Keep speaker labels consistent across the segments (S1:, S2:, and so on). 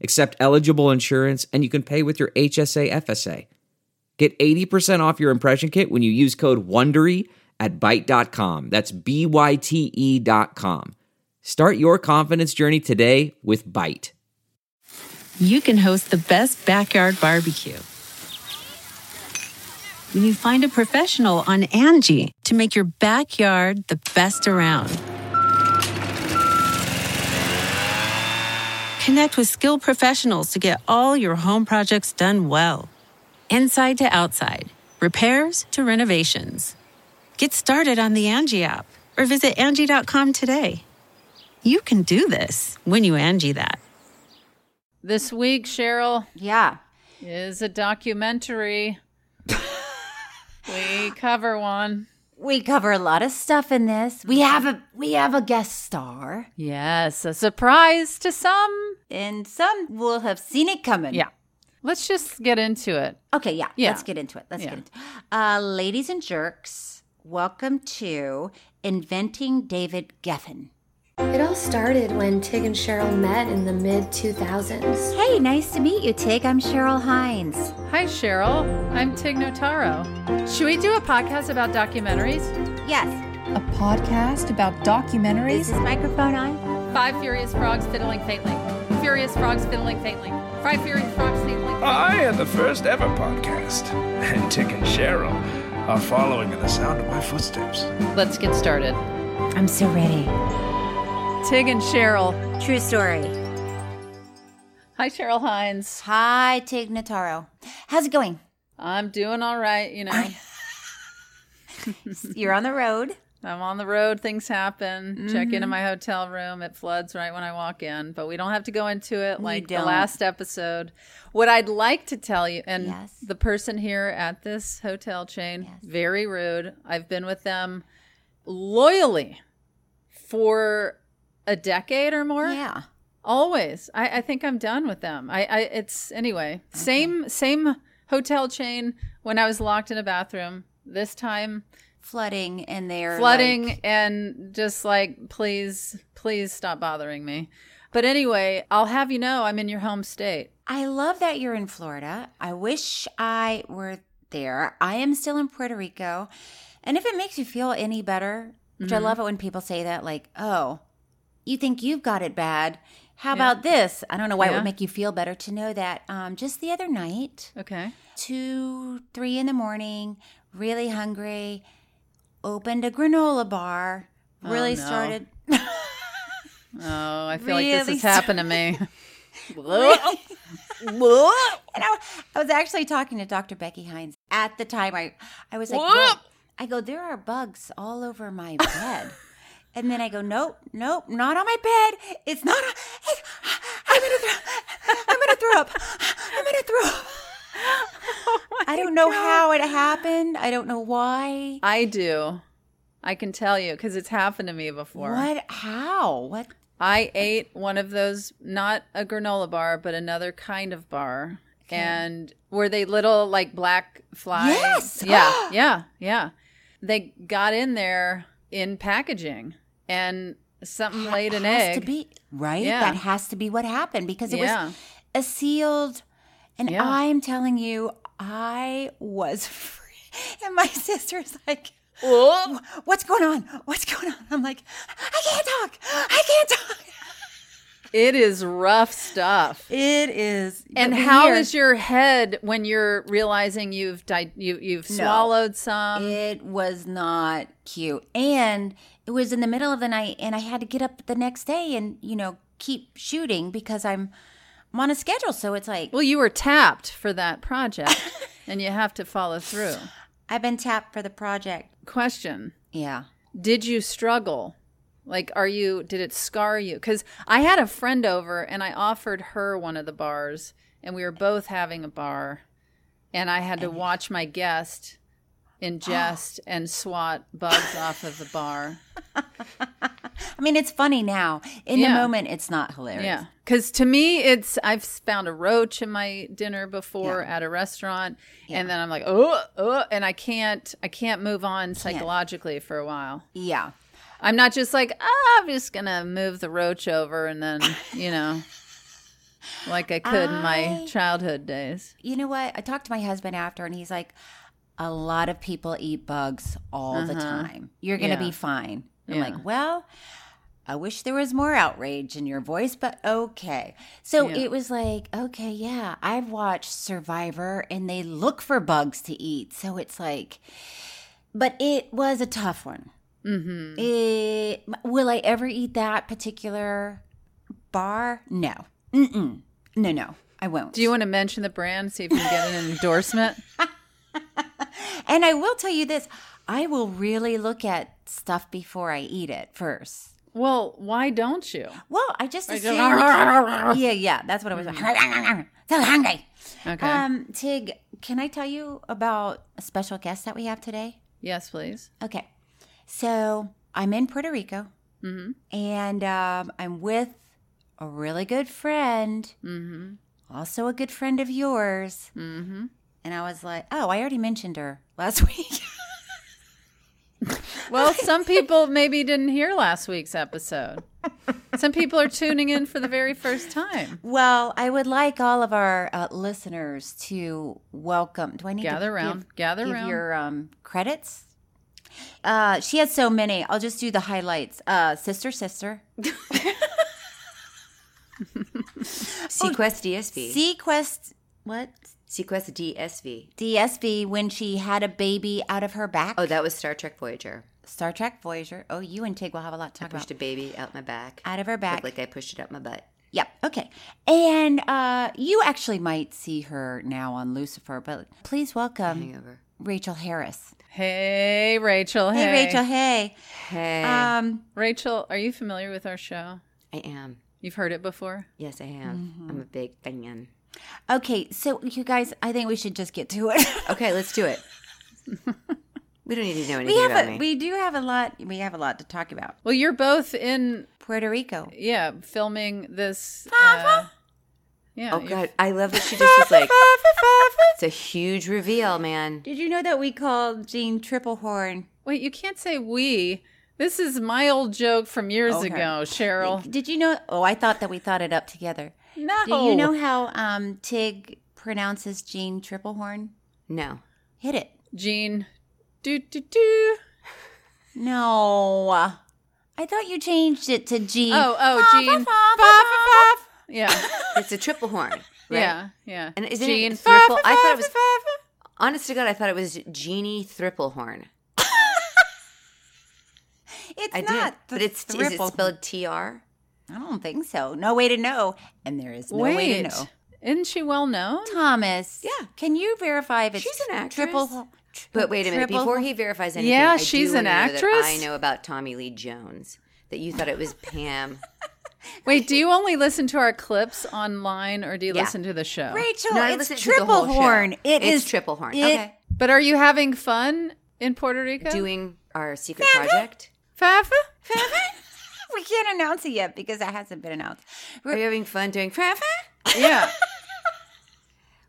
S1: accept eligible insurance, and you can pay with your HSA FSA. Get 80% off your impression kit when you use code WONDERY at Byte.com. That's B-Y-T-E E dot com. Start your confidence journey today with Byte.
S2: you can host the best backyard barbecue. When you find a professional on Angie to make your backyard the best around. Connect with skilled professionals to get all your home projects done well. Inside to outside, repairs to renovations. Get started on the Angie app or visit Angie.com today. You can do this when you Angie that.
S3: This week, Cheryl,
S4: Yeah.
S3: is a documentary. we cover one.
S4: We cover a lot of stuff in this. We have a we have a guest star.
S3: Yes, a surprise to some.
S4: And some will have seen it coming.
S3: Yeah. Let's just get into it.
S4: Okay, yeah.
S3: Yeah.
S4: Let's get into it. Let's
S3: Yeah.
S4: get into it. Uh, ladies and jerks, welcome to Inventing David Geffen.
S5: It all started when Tig and Cheryl met in the mid 2000s.
S4: Hey, nice to meet you, Tig. I'm Cheryl Hines.
S3: Hi, Cheryl. I'm Tig Notaro. Should we do a podcast about documentaries?
S4: Yes.
S6: A podcast about
S4: Is
S6: documentaries?
S4: this microphone on?
S3: Five Furious Frogs Fiddling Faintly. Furious Frogs Fiddling Faintly. Five Furious Frogs Fiddling
S7: I am the first ever podcast, and Tick and Cheryl are following in the sound of my footsteps.
S3: Let's get started.
S4: I'm so ready.
S3: Tig and Cheryl.
S4: True story.
S3: Hi, Cheryl Hines.
S4: Hi, Tig Notaro. How's it going?
S3: I'm doing all right, you know.
S4: You're on the road.
S3: I'm on the road. Things happen. Check
S4: Mm-hmm.
S3: into my hotel room. It floods right when I walk in, but we don't have to go into it like the
S4: don't.
S3: last episode. What I'd like to tell you, and
S4: Yes.
S3: the person here at this hotel chain, very rude. I've been with them loyally for a decade or more.
S4: Yeah.
S3: Always. I, I think I'm done with them. I, I it's anyway. Same same hotel chain when I was locked in a bathroom. This time
S4: Flooding and they're
S3: flooding
S4: like-
S3: and just like please please stop bothering me but anyway i'll have you know i'm in your home state
S4: I love that you're in Florida. I wish I were there. I am still in Puerto Rico. And if it makes you feel any better, which
S3: Mm-hmm.
S4: I love it when people say that, like, oh, you think you've got it bad. How about this? I don't know why it
S3: Yeah.
S4: would make you feel better to know that. Um, just the other night,
S3: okay
S4: two, three in the morning, really hungry, opened a granola bar,
S3: Oh,
S4: really
S3: no.
S4: started.
S3: oh i feel like
S4: Really
S3: this has happened to me
S4: And I, I was actually talking to Dr. Becky Hines at the time. I, I was like,
S3: Whoop.
S4: "Well," I go, there are bugs all over my bed. and then I go, nope, nope, not on my bed. It's not. On, it's, I'm gonna throw. I'm gonna throw up. I'm gonna throw up.
S3: Oh
S4: I don't know how it happened. I don't know why.
S3: i do i can tell you because it's happened to me before
S4: What? How? What?
S3: i ate one of those not a granola bar but another kind of bar and were they little like black flies
S4: Yes!
S3: yeah yeah yeah they got in there in packaging and something laid an
S4: has
S3: egg
S4: to be right.
S3: Yeah.
S4: That has to be what happened because it
S3: Yeah.
S4: was a sealed. And
S3: Yeah.
S4: I'm telling you, I was. Free. And my sister's like,
S3: Oh,
S4: "What's going on? What's going on?" I'm like, "I can't talk. I can't talk."
S3: it is rough stuff.
S4: It is.
S3: And
S4: but
S3: how
S4: we are-
S3: is your head when you're realizing you've di- you, you've swallowed some?
S4: It was not cute, and it was in the middle of the night, and I had to get up the next day and you know keep shooting because I'm I'm on a schedule, so it's like
S3: well, you were tapped for that project, and you have to follow through.
S4: I've been tapped for the project.
S3: Question:
S4: Yeah.
S3: Did you struggle Like, are you, did it scar you? Because I had a friend over and I offered her one of the bars, and we were both having a bar, and I had to watch my guest ingest and swat bugs off of the bar.
S4: I mean, it's funny now. In
S3: Yeah.
S4: the moment, it's not hilarious.
S3: Yeah. Because to me, it's, I've found a roach in my dinner before at a restaurant, and then I'm like, oh, oh, and I can't, I can't move on psychologically for a while.
S4: Yeah.
S3: I'm not just like, ah, I'm just gonna move the roach over and then, you know, like I could in my childhood days.
S4: You know what? I talked to my husband after, and he's like, a lot of people eat bugs all the time. You're going to
S3: Uh-huh. Yeah.
S4: be fine. I'm
S3: Yeah.
S4: like, well, I wish there was more outrage in your voice, but okay. So
S3: Yeah.
S4: it was like, okay, yeah, I've watched Survivor and they look for bugs to eat. So it's like, but it was a tough one. Mm-hmm. It, will I ever eat that particular bar? No. Mm-mm. No, no, I won't.
S3: Do you want to mention the brand, see if you can get an endorsement?
S4: And I will tell you this I will really look at stuff before I eat it first.
S3: Well, why don't you?
S4: Well, I just
S3: Like, Mm.
S4: assume. yeah, yeah, that's what I was. So hungry.
S3: Okay.
S4: Um, Tig, can I tell you about a special guest that we have today?
S3: yes, please.
S4: Okay. So I'm in Puerto Rico
S3: Mm-hmm.
S4: and um, I'm with a really good friend,
S3: Mm-hmm.
S4: also a good friend of yours.
S3: Mm-hmm.
S4: And I was like, oh, I already mentioned her last week.
S3: Well, some people maybe didn't hear last week's episode. Some people are tuning in for the very first time.
S4: Well, I would like all of our uh, listeners to welcome. Do I need
S3: Gather
S4: to
S3: round,
S4: Give,
S3: gather
S4: give
S3: round.
S4: your um, credits? Uh, she has so many. I'll just do the highlights. Uh, sister, sister. Oh,
S8: Sequest DSV.
S4: Sequest. What
S8: Sequest DSV.
S4: DSV when she had a baby out of her back?
S8: Oh, that was Star Trek Voyager.
S4: Star Trek Voyager. Oh, you and Tig will have a lot to
S8: I
S4: talk
S8: pushed
S4: about.
S8: a baby out my back.
S4: Out of her back.
S8: Looked like I pushed it up my butt.
S4: Yep. Okay. And uh, you actually might see her now on Lucifer, but please welcome
S8: Hangover.
S4: Rachel Harris.
S3: Hey, Rachel. Hey,
S4: Hey, Rachel. Hey.
S8: Hey,
S4: Um,
S3: Rachel, are you familiar with our show?
S8: I am.
S3: You've heard it before?
S8: Yes, I am.
S4: Mm-hmm.
S8: I'm a big fan.
S4: Okay, so you guys, I think we should just get to it.
S8: Okay, let's do it. we don't need to know anything
S4: we
S8: about
S4: have a,
S8: me.
S4: we do have a lot. We have a lot to talk about.
S3: Well, you're both in
S4: Puerto Rico.
S3: yeah, filming this. Uh, yeah.
S8: oh
S3: you're-
S8: God, I love that she just was like, it's a huge reveal, man.
S4: Did you know that we called Jean Triplehorn?
S3: Wait, you can't say we. This is my old joke from years ago, Cheryl.
S4: Did you know? Oh, I thought that we thought it up together.
S3: No.
S4: Do you know how um, Tig pronounces Jean Triplehorn?
S8: No.
S4: Hit it.
S3: Jean? Do do do.
S4: No, I thought you changed it to Jean.
S3: Oh oh, Jean. Yeah,
S8: It's a triple horn. Right?
S3: yeah, yeah.
S8: And isn't
S3: Jean?
S8: it triple? I thought it was, honest to God, I thought it was Jeannie Triple Horn.
S4: It's
S8: I
S4: not.
S8: did. But
S4: the
S8: it's, is it
S4: triple-
S8: spelled TR?
S4: I don't think so. No way to know. And there is no
S3: Wait,
S4: way to know.
S3: isn't she well known?
S4: Thomas.
S8: Yeah.
S4: Can you verify if it's
S8: She's an actress.
S4: triple? tri-
S8: But wait a minute.
S4: triple-
S8: Before he verifies anything,
S3: Yeah,
S8: I
S3: she's
S8: do
S3: an
S8: wanna know that
S3: actress.
S8: I know about Tommy Lee Jones. That you thought it was Pam.
S3: Wait, do you only listen to our clips online, or do you
S8: Yeah.
S3: listen to the show?
S4: Rachel,
S8: No, I
S4: it's
S8: listened to the whole
S4: triple
S8: show.
S4: horn. It
S8: It's
S4: is
S8: triple horn.
S4: it-
S8: Okay.
S3: But are you having fun in Puerto Rico?
S8: Doing our secret project.
S3: Fafa?
S4: we can't announce it yet because that hasn't been announced.
S8: Are you having fun doing Fafa?
S3: Yeah.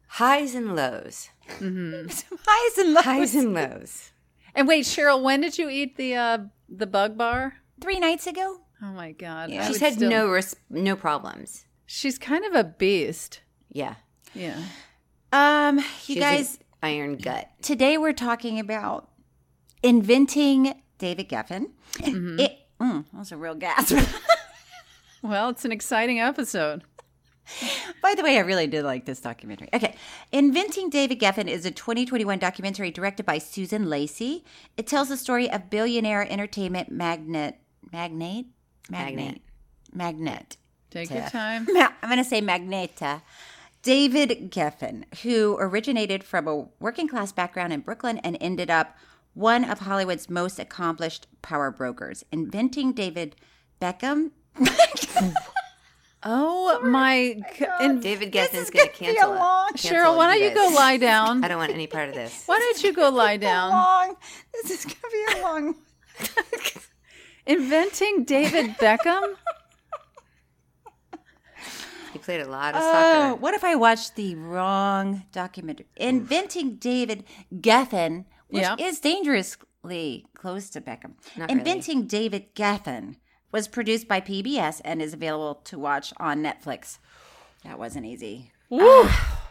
S8: Highs and lows.
S4: Highs and lows.
S8: Highs and lows.
S3: And wait, Cheryl, when did you eat the uh, the bug bar?
S4: Three nights ago.
S3: Oh my god,
S4: Yeah.
S3: I
S8: She's
S3: would
S8: had
S3: still-
S8: no res- no problems.
S3: She's kind of a beast.
S8: Yeah.
S3: Yeah.
S4: Um, you
S8: She has an
S4: guys,
S8: iron gut.
S4: today we're talking about inventing David Geffen. It, mm, that was a real gasp.
S3: Well, it's an exciting episode.
S4: By the way, I really did like this documentary. Okay. Inventing David Geffen is a 2021 documentary directed by Susan Lacey. It tells the story of billionaire entertainment magnet, magnate? Magnate. Magnet.
S3: Take your time.
S4: Ma- I'm going to say Magneta. David Geffen, who originated from a working class background in Brooklyn and ended up one of Hollywood's most accomplished power brokers, inventing David Beckham.
S3: Oh my god! And
S8: David Geston's going to cancel it. Cancel
S3: Cheryl,
S8: it,
S3: why don't you go
S8: guys.
S3: lie down?
S8: I don't want any part of this.
S3: Why don't you go lie down?
S4: long. This is gonna be a long.
S3: Inventing David Beckham?
S8: He played a lot of
S3: Uh,
S4: Oh,
S8: soccer.
S4: what if I watched the wrong documentary? Inventing David Geffen, which
S3: Yeah.
S4: is dangerously close to Beckham.
S8: Not really.
S4: Inventing David Geffen was produced by PBS and is available to watch on Netflix. That wasn't easy.
S3: Woo.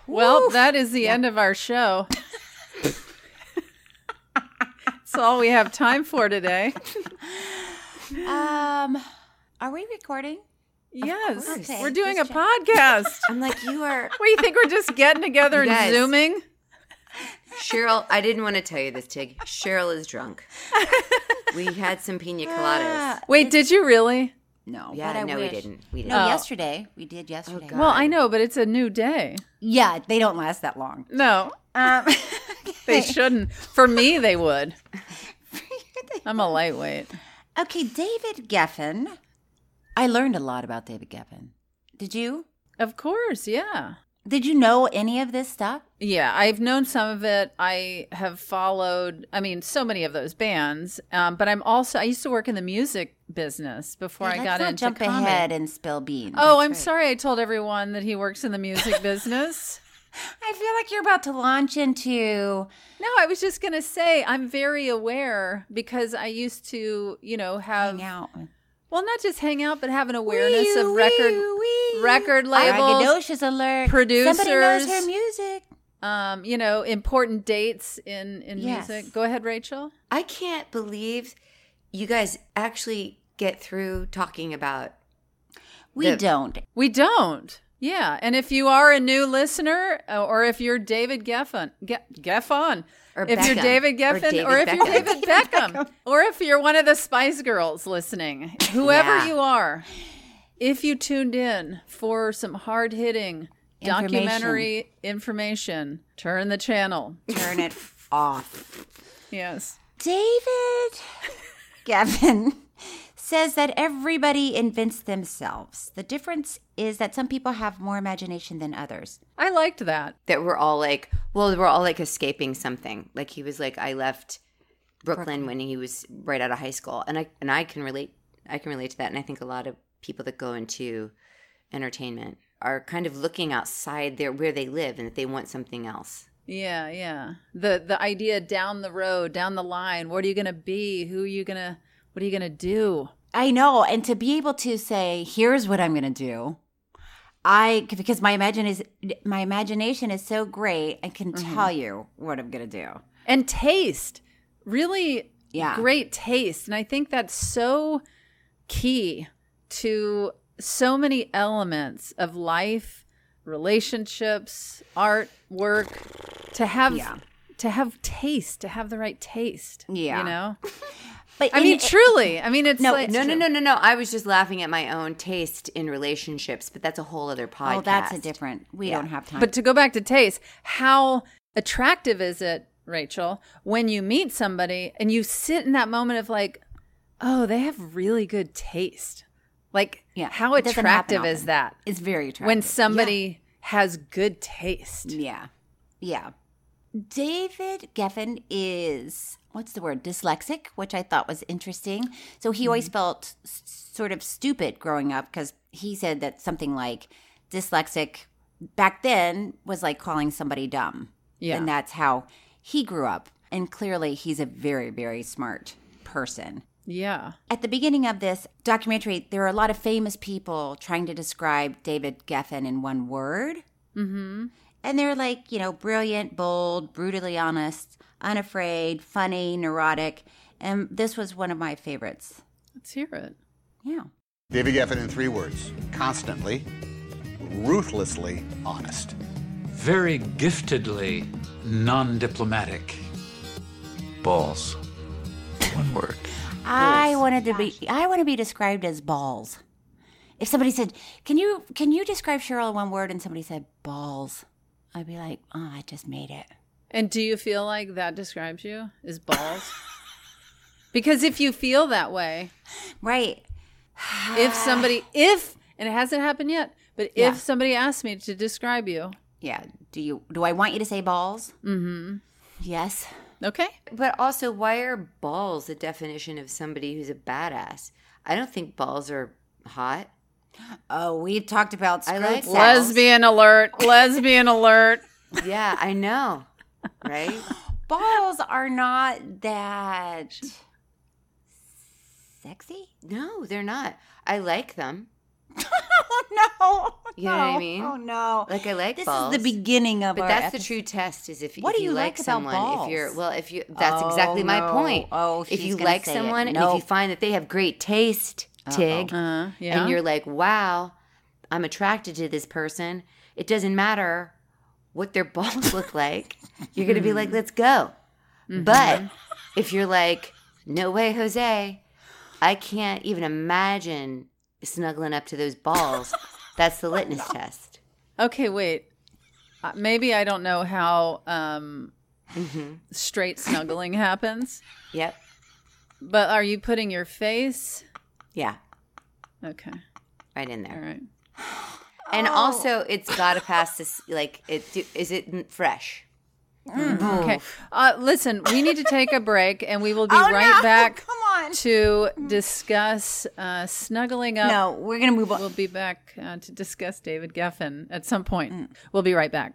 S3: Well, that is the end of our show. That's all we have time for today.
S4: Um, are we recording?
S3: Yes,
S4: course. Okay,
S3: we're doing a
S4: just
S3: podcast.
S8: I'm like, you are.
S3: What do you think? We're just getting together
S8: You
S3: and
S8: guys.
S3: zooming.
S8: Cheryl, I didn't want to tell you this, Tig. Cheryl is drunk. We had some pina coladas.
S3: Wait, did you really?
S4: No.
S8: Yeah,
S4: but I
S8: no,
S4: wish.
S8: we didn't. We didn't. Oh.
S4: No, yesterday we did yesterday.
S8: God.
S3: Well, I know, but it's a new day.
S4: yeah, they don't last that long.
S3: No,
S4: Um,
S3: they shouldn't. For me, they would. I'm a lightweight.
S4: okay, David Geffen. I learned a lot about David Geffen. Did you?
S3: Of course, yeah.
S4: Did you know any of this stuff?
S3: Yeah, I've known some of it. I have followed, I mean, so many of those bands. Um, but I'm also, I used to work in the music business before
S4: Hey,
S3: I
S4: let's
S3: got
S4: not
S3: into
S4: jump
S3: comedy.
S4: ahead and spill beans.
S3: Oh, I'm sorry. I told everyone that he works in the music business.
S4: I feel like you're about to launch into.
S3: No, I was just going to say I'm very aware because I used to, you know, have
S4: Hang out.
S3: well, not just hang out, but have an awareness of
S4: Wee-oo,
S3: record
S4: wee-oo.
S3: record labels,
S4: Braggadocious alert. Somebody knows
S3: producers.
S4: her music.
S3: um, you know, important dates in in
S4: Yes.
S3: music. Go ahead, Rachel.
S8: I can't believe you guys actually get through talking about.
S4: We
S8: The-
S4: don't.
S3: We don't. Yeah, and if you are a new listener, uh, or if you're David Geffen, Ge- Geffen,
S8: Or
S3: if you're
S8: Beckham.
S3: David
S8: Or
S3: Geffen,
S8: David
S3: or, if you're
S8: Beckham.
S3: David Beckham, or if you're one of the Spice Girls listening, whoever
S8: Yeah.
S3: you are, if you tuned in for some hard hitting
S4: Information.
S3: documentary information, turn the channel.
S4: Turn it off.
S3: Yes.
S4: David Gavin says that everybody invents themselves. The difference is that some people have more imagination than others.
S3: I liked that.
S8: that we're all like well we're all like escaping something like he was like i left brooklyn, when he was right out of high school and i and i can relate i can relate to that and i think a lot of people that go into entertainment are kind of looking outside their where they live and that they want something else
S3: Yeah, yeah. The the idea down the road, down the line, what are you going to be? Who are you going to what are you going to do?
S4: I know. And to be able to say, here's what I'm going to do. I because my imagine is my imagination is so great I can
S3: Mm-hmm.
S4: tell you what I'm gonna do.
S3: and taste really
S4: Yeah.
S3: great taste and i think that's so key to so many elements of life relationships art work to have
S4: Yeah.
S3: to have taste to have the right taste
S4: Yeah.
S3: you know
S4: But
S3: i
S4: in-
S3: mean truly i mean it's
S4: No,
S3: like
S8: no no no no no i was just laughing at my own taste in relationships but that's a whole other podcast
S4: oh, that's a different. We
S8: Yeah.
S4: don't have time.
S3: But to go back to taste, how attractive is it, Rachel, when you meet somebody and you sit in that moment of like, oh, they have really good taste? Like,
S4: yeah,
S3: how
S4: it doesn't happen
S3: attractive is
S4: often.
S3: that
S4: It's very attractive
S3: when somebody has good taste?
S4: Yeah. yeah, yeah. David Geffen is what's the word dyslexic, which I thought was interesting. So he always felt s- sort of stupid growing up because he said that something like dyslexic back then was like calling somebody dumb.
S3: Yeah.
S4: and that's how he grew up. And clearly, he's a very very smart person.
S3: Yeah.
S4: At the beginning of this documentary, there are a lot of famous people trying to describe David Geffen in one word.
S3: Mm-hmm.
S4: And they're like, you know, brilliant, bold, brutally honest, unafraid, funny, neurotic. And this was one of my favorites.
S3: Let's hear it.
S4: Yeah.
S9: David Geffen in three words constantly, ruthlessly honest.
S7: very giftedly non diplomatic. Balls. One word.
S4: I wanted to be I want to be described as balls. If somebody said, "Can you can you describe Cheryl in one word?" and somebody said balls, I'd be like, "Oh, I just made it."
S3: And do you feel like that describes you? Is balls? because if you feel that way,
S4: right?
S3: If somebody, if and it hasn't happened yet, but if
S4: Ah. Yeah.
S3: somebody asked me to describe you,
S4: Yeah. Do you do I want you to say balls?
S3: Mm-hmm.
S4: Yes.
S3: Okay.
S8: But also, why are balls the definition of somebody who's a badass? I don't think balls are hot.
S4: Oh, we talked about
S8: I like balls.
S3: lesbian alert, lesbian alert.
S8: Yeah, I know. Right?
S4: Balls are not that sexy.
S8: No, they're not. I like them.
S4: Oh no.
S8: You know what I
S4: No.
S8: mean?
S4: Oh no.
S8: Like I like
S4: This
S8: balls.
S4: is the beginning of
S8: But
S4: our
S8: that's the
S4: episode.
S8: true test is if,
S4: What
S8: if
S4: do
S8: you,
S4: you
S8: like,
S4: like about
S8: someone, if you're
S4: balls?
S8: well, if you that's
S4: Oh,
S8: exactly my
S4: no.
S8: point.
S4: Oh,
S8: if
S4: she's
S8: you
S4: gonna
S8: like
S4: say it.
S8: someone and
S4: No.
S8: if you find that they have great taste, Tig,
S4: Uh-huh,
S3: Uh, yeah.
S8: and you're like, wow, I'm attracted to this person. It doesn't matter what their balls look like. You're gonna be like, let's go. But if you're like, no way, Jose, I can't even imagine snuggling up to those balls. That's the litmus test.
S3: Okay, wait. Uh, maybe I don't know how um,
S4: Mm-hmm.
S3: straight snuggling happens,
S8: Yep.
S3: but are you putting your face?
S8: Yeah.
S3: Okay.
S8: Right in
S3: All
S8: there.
S3: right.
S8: And also, it's got to pass this. Like, it do- is it n- fresh?
S3: Okay. Uh, listen, we need to take a break and we will be right
S4: Oh, no.
S3: back
S4: Come on.
S3: to discuss uh, snuggling up.
S4: No, we're gonna move on.
S3: We'll be back uh, to discuss David Geffen at some point.
S4: Mm.
S3: We'll be right back.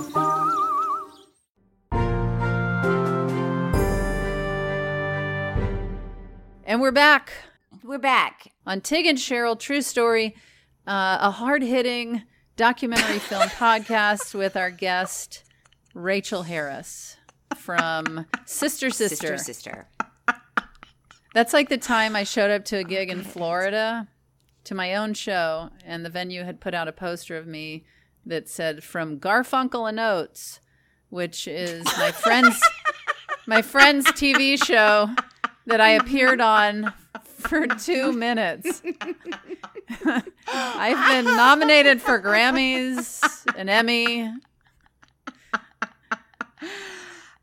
S3: And we're back
S4: We're back.
S3: on Tig and Cheryl True Story, uh, a hard hitting documentary film podcast with our guest, Rachel Harris from Sister Sister.
S8: Sister, sister.
S3: That's like the time I showed up to a gig in Florida to my own show, and the venue had put out a poster of me that said "From Garfunkel and Oates," which is my friend's my friend's TV show that I appeared on for two minutes. I've been nominated for Grammys, an Emmy.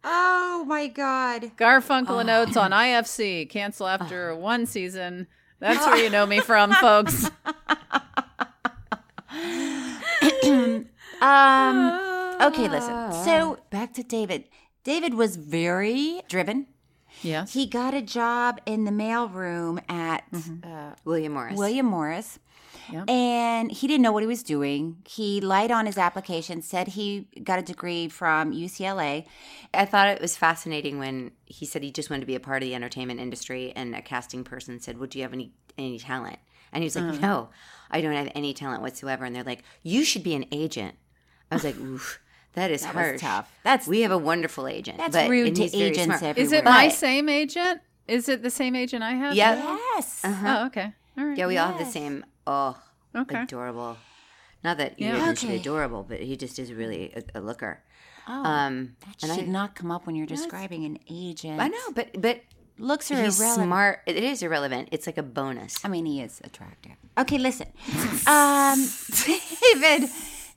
S4: Oh my god.
S3: Garfunkel and Oates on IFC. Cancel after one season. That's where you know me from, folks.
S4: Um okay, listen. So, back to David. David was very driven.
S3: Yes.
S4: He got a job in the mailroom at uh,
S8: William Morris.
S4: William Morris.
S8: Yep.
S4: And he didn't know what he was doing. He lied on his application, said he got a degree from UCLA.
S8: I thought it was fascinating when he said he just wanted to be a part of the entertainment industry, and a casting person said, "Well, do you have any any talent?" And he was like,
S4: Uh-huh.
S8: "No, I don't have any talent whatsoever." And they're like, "You should be an agent." I was like, "Oof, that is
S4: That was
S8: harsh.
S4: tough.
S8: That's we have a wonderful agent.
S4: That's
S8: but-
S4: rude
S8: and
S4: to
S8: he's very
S4: agents
S8: smart.
S4: everywhere.
S3: Is it my
S8: But-
S3: same agent? Is it the same agent I have?
S8: Yep.
S4: Yes.
S8: Uh-huh.
S3: Oh, okay. All right.
S8: Yeah, we all have the same. Oh,
S3: Okay.
S8: adorable. Not that you
S3: Yeah.
S8: wouldn't be
S4: Okay.
S8: adorable, but he just is really a, a looker. Um,
S4: Oh, that
S8: and I-
S4: should not come up when you're
S8: No, it's-
S4: describing an agent.
S8: I know, but but
S4: Looks are
S8: he's
S4: irrelevant.
S8: smart. It is irrelevant. It's like a bonus.
S4: I mean, he is attractive. Okay, listen. Um, David,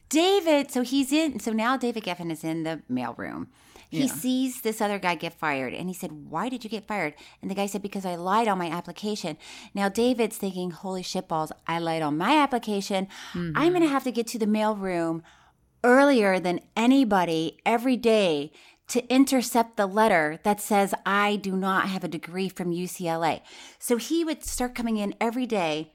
S4: David, so he's in, so now David Geffen is in the mailroom He
S8: Yeah.
S4: sees this other guy get fired and he said, Why did you get fired? And the guy said, Because I lied on my application. Now David's thinking, Holy shitballs, I lied on my application. I'm going to have to get to the mailroom earlier than anybody every day to intercept the letter that says, I do not have a degree from UCLA. So he would start coming in every day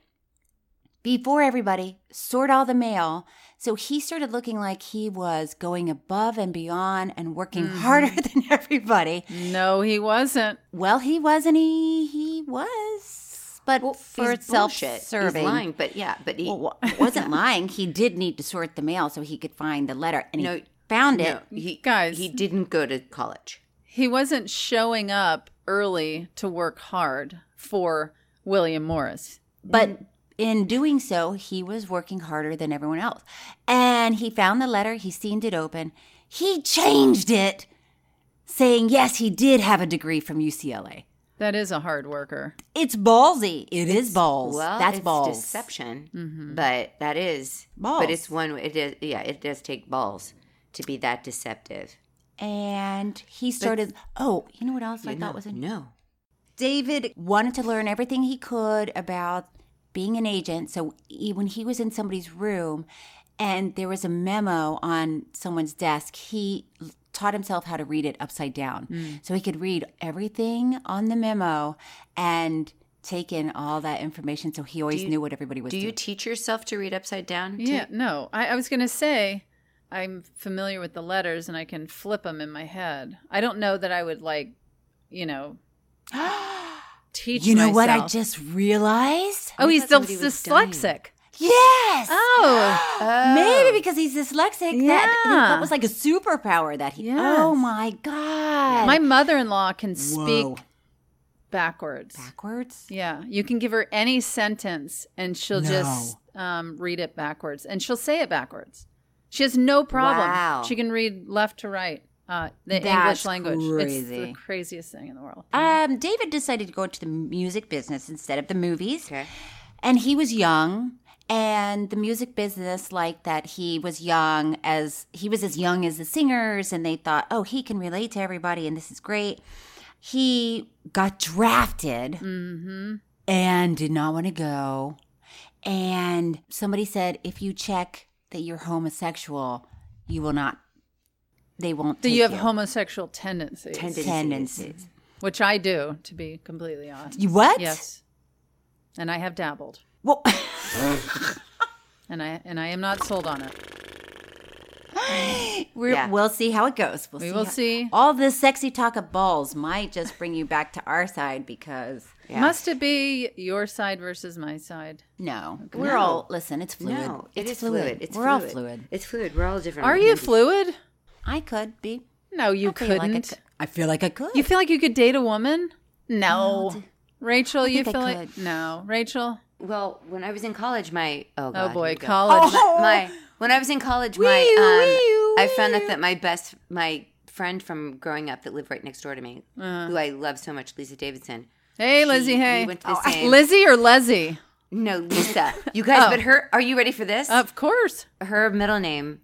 S4: before everybody, sort all the mail. So he started looking like he was going above and beyond and working
S8: Mm-hmm.
S3: Mhm.
S4: harder than everybody.
S3: No, he wasn't.
S4: Well, he wasn't. He he was, but for
S8: he's
S4: it's self-serving.
S8: bullshit. He's lying, but yeah, but he
S4: wasn't lying. He did need to sort the mail so he could find the letter, and
S8: No,
S4: he found it.
S8: no, he, guys. He didn't go to college.
S3: He wasn't showing up early to work hard for William Morris.
S8: Mm-hmm.
S4: But in doing so, he was working harder than everyone else. And he found the letter, he seamed it open, he changed it, saying, yes, he did have a degree from UCLA.
S3: That is a hard worker.
S4: It's ballsy. It is balls.
S8: Well,
S4: That's
S8: it's
S4: balls. Mm-hmm.
S8: deception, but that is
S4: Balls.
S8: But it's one. It is yeah. It does take balls to be that deceptive.
S4: And he
S8: But-
S4: started, oh, you know what else I
S8: You
S4: thought
S8: know,
S4: was a
S8: no.
S4: David wanted to learn everything he could about being an agent. So he, when he was in somebody's room and there was a memo on someone's desk, he l- taught himself how to read it upside down.
S8: Mm.
S4: So he could read everything on the memo and take in all that information. So he always
S8: you-
S4: knew what everybody was
S8: Do you
S4: doing.
S8: teach yourself to read upside down? too?
S3: Yeah, no. I, I was going to say I'm familiar with the letters and I can flip them in my head. I don't know that I would like, you know, teach
S4: You know what I
S3: myself.
S4: just realized?
S3: Oh,
S4: I
S3: he's
S4: thought
S3: dys-
S4: somebody was
S3: dyslexic.
S4: Yes.
S3: Oh.
S4: Maybe because he's dyslexic. That,
S3: Yeah.
S4: that was like a superpower that he. Oh my god.
S3: My mother-in-law can speak
S4: Whoa.
S3: backwards.
S4: Backwards?
S3: Yeah, you can give her any sentence and she'll just um, read it backwards, and she'll say it backwards. She has no problem.
S4: Wow.
S3: She can read left to right. Uh, the
S4: That's
S3: English language. It's the
S4: crazy.
S3: craziest thing in the world.
S4: Um, David decided to go into the music business instead of the movies. And he was young. And the music business liked that he was young as he was as young as the singers, and they thought, oh, he can relate to everybody, and this is great. He got drafted
S3: Mm-hmm.
S4: and did not want to go. And somebody said, if you check that you're homosexual, you will not, they won't.
S3: So
S4: take
S3: you have homosexual tendencies.
S4: Tendencies. Tendencies.
S3: Which I do, to be completely honest.
S4: You what?
S3: Yes. And I have dabbled.
S4: Well,
S3: and I and I am not sold on it.
S4: We're,
S3: Yeah.
S4: We'll see how it goes. We'll
S3: We
S4: see
S3: will
S4: how-
S3: see.
S4: All this sexy talk of balls might just bring you back to our side because
S3: Must it be your side versus my side?
S4: no,
S3: Okay.
S4: we're
S3: No.
S4: all listen. It's fluid.
S8: No, it
S4: it's
S8: is fluid. It's
S4: we're all
S8: fluid.
S4: fluid.
S8: It's fluid. We're all different.
S3: Are you fluid?
S4: I could be.
S3: No, you
S4: I feel like I
S3: couldn't.
S4: could- I feel like I could.
S3: You feel like you could date a woman? No.
S8: No, d-
S3: Rachel,
S8: I
S3: you
S8: think I
S3: feel like
S8: could.
S3: no. Rachel?
S8: Well, when I was in college, my oh, God,
S3: boy,
S8: here we go.
S3: college.
S4: Oh.
S8: My, my- when I was in college, my
S3: Wee-oo,
S8: um, I found out that my best my friend from growing up that lived right next door to me,
S3: Uh-huh.
S8: who I love so much, Lisa Davidson.
S3: Hey, Lizzie,
S8: we
S3: hey. Oh,
S8: went to the same-
S3: Lizzie or Leslie?
S8: No, Lisa. You guys,
S3: Oh.
S8: but her. Are you ready for this?
S3: Of course.
S8: Her middle name,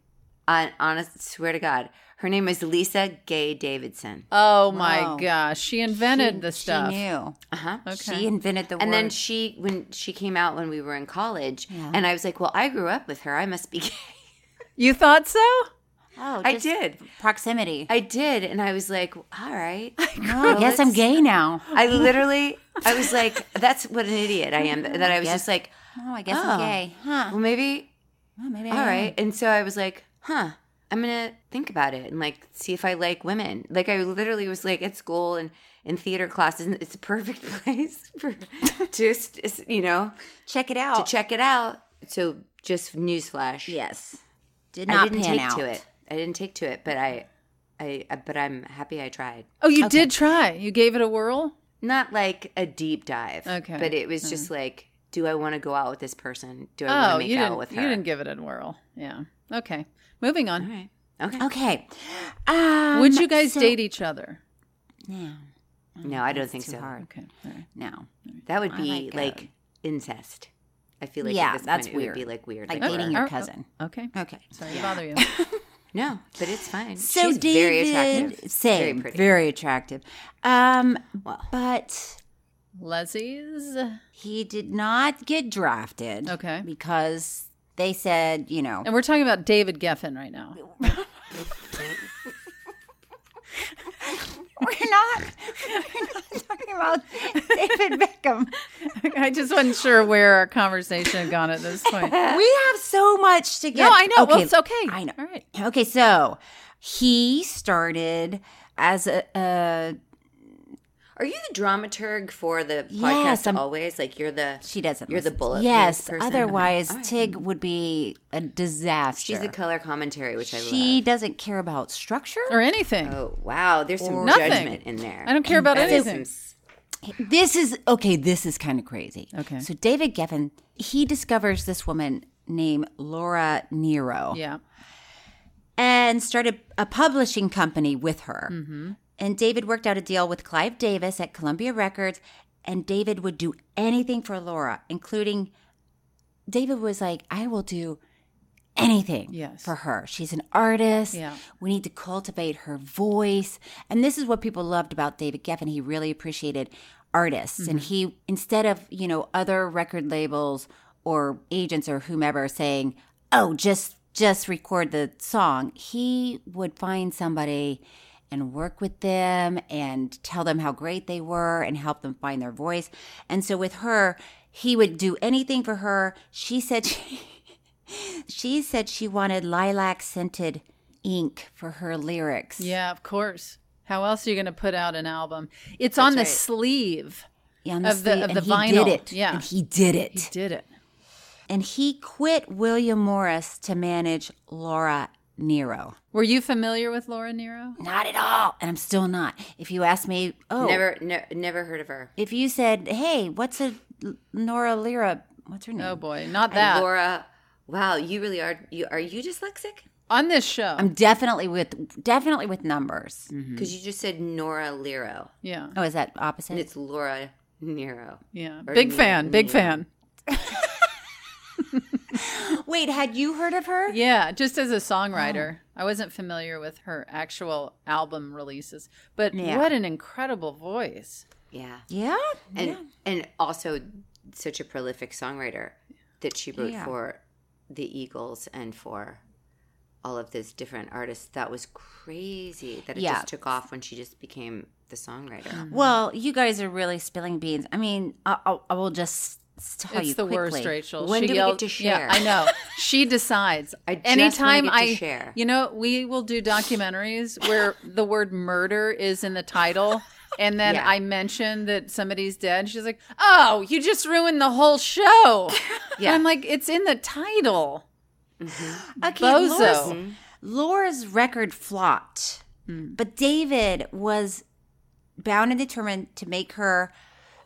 S8: I honest swear to God, her name is Lisa Gay Davidson.
S3: Oh my
S8: Wow.
S3: gosh. She invented the stuff.
S4: knew.
S8: Uh huh.
S3: Okay.
S4: She invented Uh-huh. the
S8: And then
S4: word.
S8: she, when she came out when we were in college,
S4: Yeah.
S8: and I was like, "Well, I grew up with her. I must be gay."
S3: You thought so?
S4: Oh,
S8: I
S4: just
S8: did.
S4: proximity.
S8: I did, and I was like, "All right."
S4: Oh, I guess I'm gay now.
S8: I literally, I was like, "That's what an idiot I am." That I was just like,
S4: Oh, I guess I'm gay, huh?
S8: Well, maybe.
S4: Oh, maybe.
S8: All right. And so I was like, "Huh." I'm gonna think about it and like see if I like women. Like I literally was like at school and in theater classes. And it's a perfect place for just you know
S4: check it out
S8: to check it out. So just newsflash.
S4: Yes. Did
S8: I
S4: not
S8: didn't
S4: pan
S8: take
S4: out.
S8: to it. I didn't take to it, but I, I, I- but I'm happy I tried.
S3: Oh, you did try. You gave it a whirl?
S8: Not like a deep dive.
S3: Okay.
S8: But it was just like, do I want to go out with this person? Do I
S3: oh,
S8: want to make
S3: you
S8: out
S3: didn't,
S8: with
S3: You
S8: her?
S3: didn't give it a whirl. Yeah. Okay. Moving on.
S8: Okay.
S4: Okay. Um,
S3: Would you guys
S4: so-
S3: date e- each other?
S4: No.
S8: No, I don't think
S4: Oh, too
S8: so.
S4: hard.
S3: Okay. all right.
S4: No.
S8: That would
S4: I
S8: be
S4: like, uh,
S8: like, incest. I feel like at
S4: yeah,
S8: this
S4: that's
S8: point
S4: weird.
S8: it would be like weird.
S4: Like
S8: we're-
S4: dating your cousin.
S3: Oh, Okay.
S4: Okay.
S3: Sorry to
S4: Yeah.
S3: bother you.
S4: No, but it's fine.
S8: So
S4: She's very
S8: David,
S4: attractive.
S8: same,
S4: Very pretty.
S8: very attractive. Um, but
S3: Leslie's,
S8: he did not get drafted. Okay, because they said, you know,
S3: and we're talking about David Geffen right now.
S8: we're not, we're not talking about David Beckham.
S3: I just wasn't sure where our conversation had gone at this point.
S8: we have so much to get.
S3: No, I know. Well, it's okay.
S8: I know.
S3: All right.
S8: Okay, so he started as a. a
S4: Are you the dramaturg for the podcast
S8: Yes, I'm-
S4: always? Like you're the
S8: she doesn't.
S4: You're the
S8: listen to-
S4: bullet.
S8: Yes.
S4: person?
S8: Otherwise,
S4: All right.
S8: Tig would be a disaster.
S4: She's the color commentary, which I love.
S8: She doesn't care about structure
S3: or anything.
S4: Oh wow, there's some
S8: Or-
S3: Nothing.
S4: judgment in there.
S3: I don't care about
S4: That is
S3: anything.
S4: some s-
S8: This is okay. This is kind of crazy.
S3: Okay.
S8: So David Geffen he discovers this woman named Laura Nero.
S3: Yeah.
S8: And started a publishing company with her.
S3: Mm-hmm.
S8: And David worked out a deal with Clive Davis at Columbia Records, and David would do anything for Laura, including David was like, I will do anything
S3: Yes.
S8: for her. She's an artist.
S3: Yeah.
S8: We need to cultivate her voice. And this is what people loved about David Geffen. He really appreciated artists. And he, instead of, you know, other record labels or agents or whomever saying, oh, just just record the song, he would find somebody and work with them and tell them how great they were and help them find their voice. And so with her, he would do anything for her. She said she, she said she wanted lilac scented ink for her lyrics.
S3: Yeah, of course. How else are you going to put out an album? It's on the
S8: right.
S3: sleeve
S8: Yeah, on the
S3: of the
S8: sleeve,
S3: of
S8: and
S3: the
S8: he
S3: vinyl.
S8: Did it.
S3: Yeah,
S8: And he did it.
S3: He did it.
S8: And he quit William Morris to manage Laura Nero.
S3: Were you familiar with Laura Nero?
S8: Not at all. And I'm still not. If you ask me, oh,
S4: Never, ne- never heard of her.
S8: If you said, hey, what's a L- Nora Lyra? What's her name?
S3: Oh boy, not
S4: And
S3: that
S4: Laura, wow, you really are. You are you dyslexic?
S3: on this show.
S8: I'm definitely with definitely with numbers.
S3: Mm-hmm.
S4: Because you just said Nora Lero,
S3: yeah,
S8: Oh, is that
S4: and
S8: opposite?
S4: it's Laura Nero.
S3: yeah.
S4: Or
S3: Big
S4: Nero-
S3: fan. Big
S4: Nero.
S3: fan.
S8: Wait, had you heard of her?
S3: Yeah, just as a songwriter. I wasn't familiar with her actual album releases, but
S8: Yeah.
S3: what an incredible voice.
S4: Yeah,
S8: Yeah.
S4: and and also such a prolific songwriter that she wrote
S8: Yeah.
S4: for the Eagles and for all of those different artists. That was crazy that it
S8: Yeah.
S4: just took off when she just became the songwriter.
S8: Well, you guys are really spilling beans. I mean, I, I, I will just s- tell
S3: it's
S8: you
S3: the
S8: quickly.
S3: worst, Rachel.
S4: When
S3: She
S4: do we get
S3: yelled-
S4: to
S3: Yeah,
S4: share?
S3: I know. She decides.
S4: I just
S3: Anytime
S4: wanna get
S3: I
S4: to share.
S3: you know, we will do documentaries where the word murder is in the title. And then
S4: Yeah.
S3: I mention that somebody's dead. She's like, "Oh, you just ruined the whole show."
S4: Yeah. Mm-hmm.
S3: I'm like, "It's in the title."
S8: Okay,
S3: Bozo.
S4: Mm.
S8: Laura's, Laura's record flopped, but David was bound and determined to make her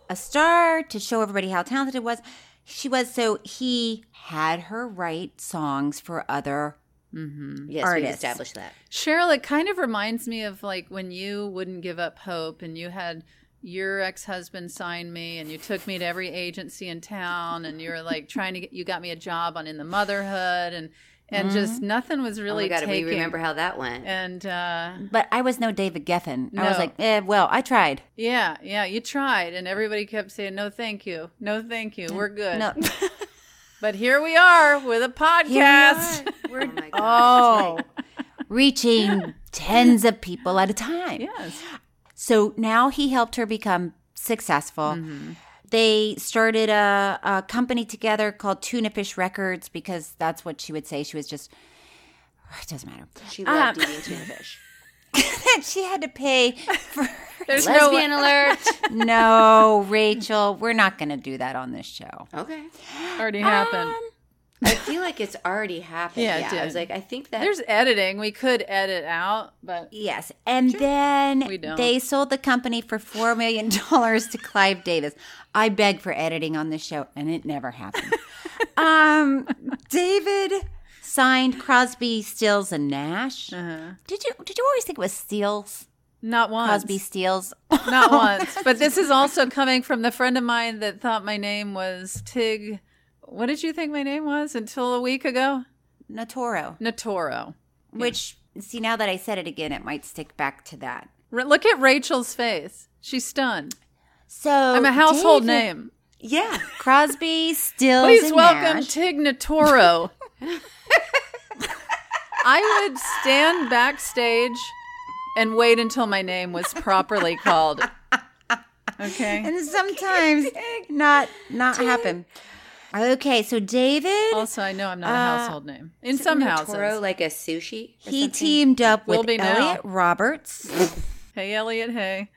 S8: a star to show everybody how talented it was she was. So he had her write songs for other. mm-hmm,
S4: yes, we
S8: artists.
S4: established that.
S3: Cheryl, it kind of reminds me of like when you wouldn't give up hope and you had your ex husband sign me and you took me to every agency in town and you were like trying to get, you got me a job on In the Motherhood and, and just nothing was
S4: Mm-hmm. Oh
S3: really
S4: my god,
S3: taking.
S4: we remember how that went.
S3: and uh,
S8: But I was no David Geffen. I was
S3: No.
S8: like, eh, well, I tried.
S3: yeah, yeah, you tried and everybody kept saying, no, thank you. No, thank you. We're good.
S8: No.
S3: But here we are with a podcast.
S4: oh my
S8: oh, reaching tens of people at a time.
S3: yes.
S8: So now he helped her become successful.
S3: Mm-hmm.
S8: They started a, a company together called Tuna Fish Records because that's what she would say. She was just, it doesn't matter.
S4: She loved eating tuna fish.
S8: she had to pay for.
S3: There's no
S4: Lesbian alert.
S8: no, Rachel, we're not going to do that on this show.
S4: Okay.
S3: already happened.
S4: I feel like it's already happened.
S3: Yeah,
S4: Yeah,
S3: it
S4: I
S3: did.
S4: was like, I think that
S3: There's editing. We could edit out, but
S8: Yes. And
S3: We
S8: then
S3: don't.
S8: they sold the company for $4 million to Clive Davis. I beg for editing on this show, and it never happened. um, David signed Crosby, Stills, and Nash.
S3: Uh-huh.
S8: Did you did you always think it was Stills?
S3: not once.
S8: Crosby, Stills?
S3: Not once. But this is also coming from the friend of mine that thought my name was Tig. What did you think my name was until a week ago?
S8: Natoro.
S3: Natoro.
S8: Which, see, now that I said it again, it might stick back to that.
S3: Ra- Look at Rachel's face. She's stunned.
S8: So
S3: I'm a household
S8: David-
S3: name.
S8: Yeah, Crosby, Stills,
S3: Please
S8: and
S3: welcome
S8: Nash.
S3: Tignatoro. I would stand backstage and wait until my name was properly called. Okay.
S8: and sometimes not not happen. Okay, so David.
S3: Also, I know I'm not
S8: Uh,
S3: a household name in some houses.
S4: like a sushi.
S8: He teamed up
S3: Will
S8: with
S3: be now.
S8: Elliot Roberts.
S3: Hey, Elliot. Hey.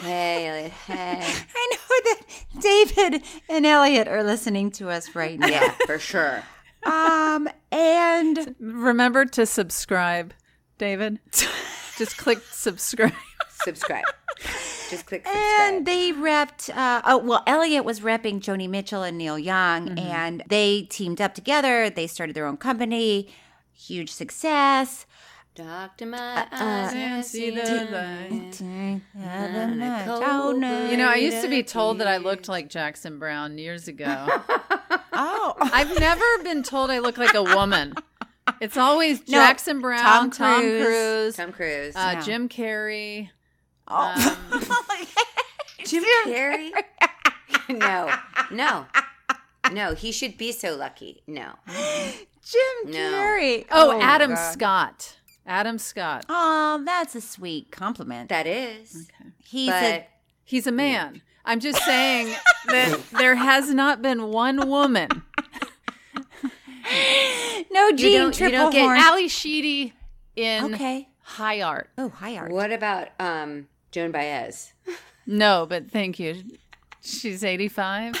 S4: Hey, hey.
S8: I know that David and Elliot are listening to us right now.
S4: Yeah, for sure.
S8: Um, and
S3: Remember to subscribe, David. Just click subscribe.
S4: Subscribe. Just click subscribe.
S8: and they repped. Uh, oh well, Elliot was repping Joni Mitchell and Neil Young, and they teamed up together. They started their own company. Huge success.
S4: Doctor, my
S8: eyes
S3: and see the light.
S8: Mm-hmm. You
S3: You know, I used to be told that I looked like Jackson Brown years ago.
S8: Oh,
S4: Uh,
S3: I've never been told I look like a woman. It's always
S8: No,
S3: Jackson Brown,
S8: Tom
S3: Tom Cruise,
S8: Cruise.
S4: Tom Cruise.
S3: uh,
S8: No.
S3: Jim Carrey. um,
S8: Oh.
S4: Jim Carrey? no, no, no. He should be so lucky. No.
S8: Jim
S4: No.
S8: Carrey.
S3: Oh, Adam
S8: God.
S3: Scott. Adam Scott.
S8: Oh, that's a sweet compliment.
S4: That is.
S8: He's
S4: But
S3: He's a man. I'm just saying that there has not been one woman.
S8: a no
S4: you
S8: Gene
S4: don't, you don't get
S8: Triplehorn.
S3: Ali Sheedy in
S8: Okay.
S3: high art.
S8: Oh, hi art.
S4: What about um Joan Baez?
S3: No, but thank you. She's 85.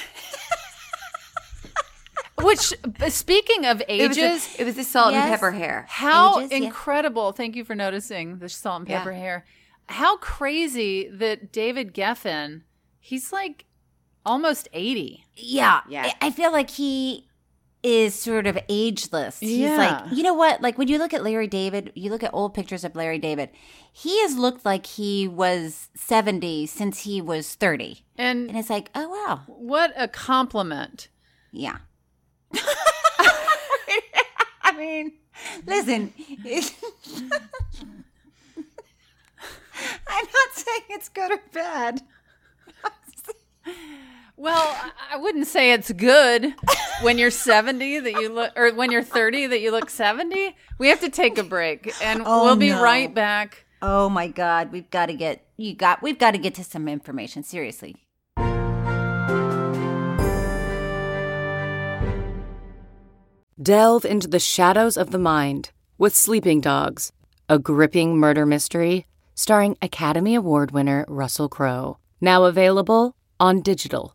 S3: Which, but speaking of
S4: It was,
S3: ages,
S4: a, it was the salt
S8: Yes.
S4: and pepper hair.
S3: how
S8: Ages, yeah.
S3: incredible. Thank you for noticing the salt and
S4: Yeah.
S3: pepper hair. How crazy that David Geffen, he's like almost 80.
S8: Yeah.
S4: Yeah.
S8: I- I feel like he is sort of ageless.
S3: Yeah.
S8: He's like, you know what? Like when you look at Larry David, you look at old pictures of Larry David, he has looked like he was 70 since he was 30.
S3: And
S8: And it's like, oh, wow.
S3: what a compliment.
S8: Yeah. I mean, listen. it- I'm not saying it's good or bad.
S3: Well, I- I wouldn't say it's good when you're 70 that you look, or when you're 30 that you look 70. We have to take a break and
S8: Oh,
S3: we'll be
S8: no.
S3: right back.
S8: Oh my God, we've got to get you got we've got to get to some information. Seriously,
S10: Delve into the shadows of the mind with Sleeping Dogs, a gripping murder mystery starring Academy Award winner Russell Crowe. Now available on digital.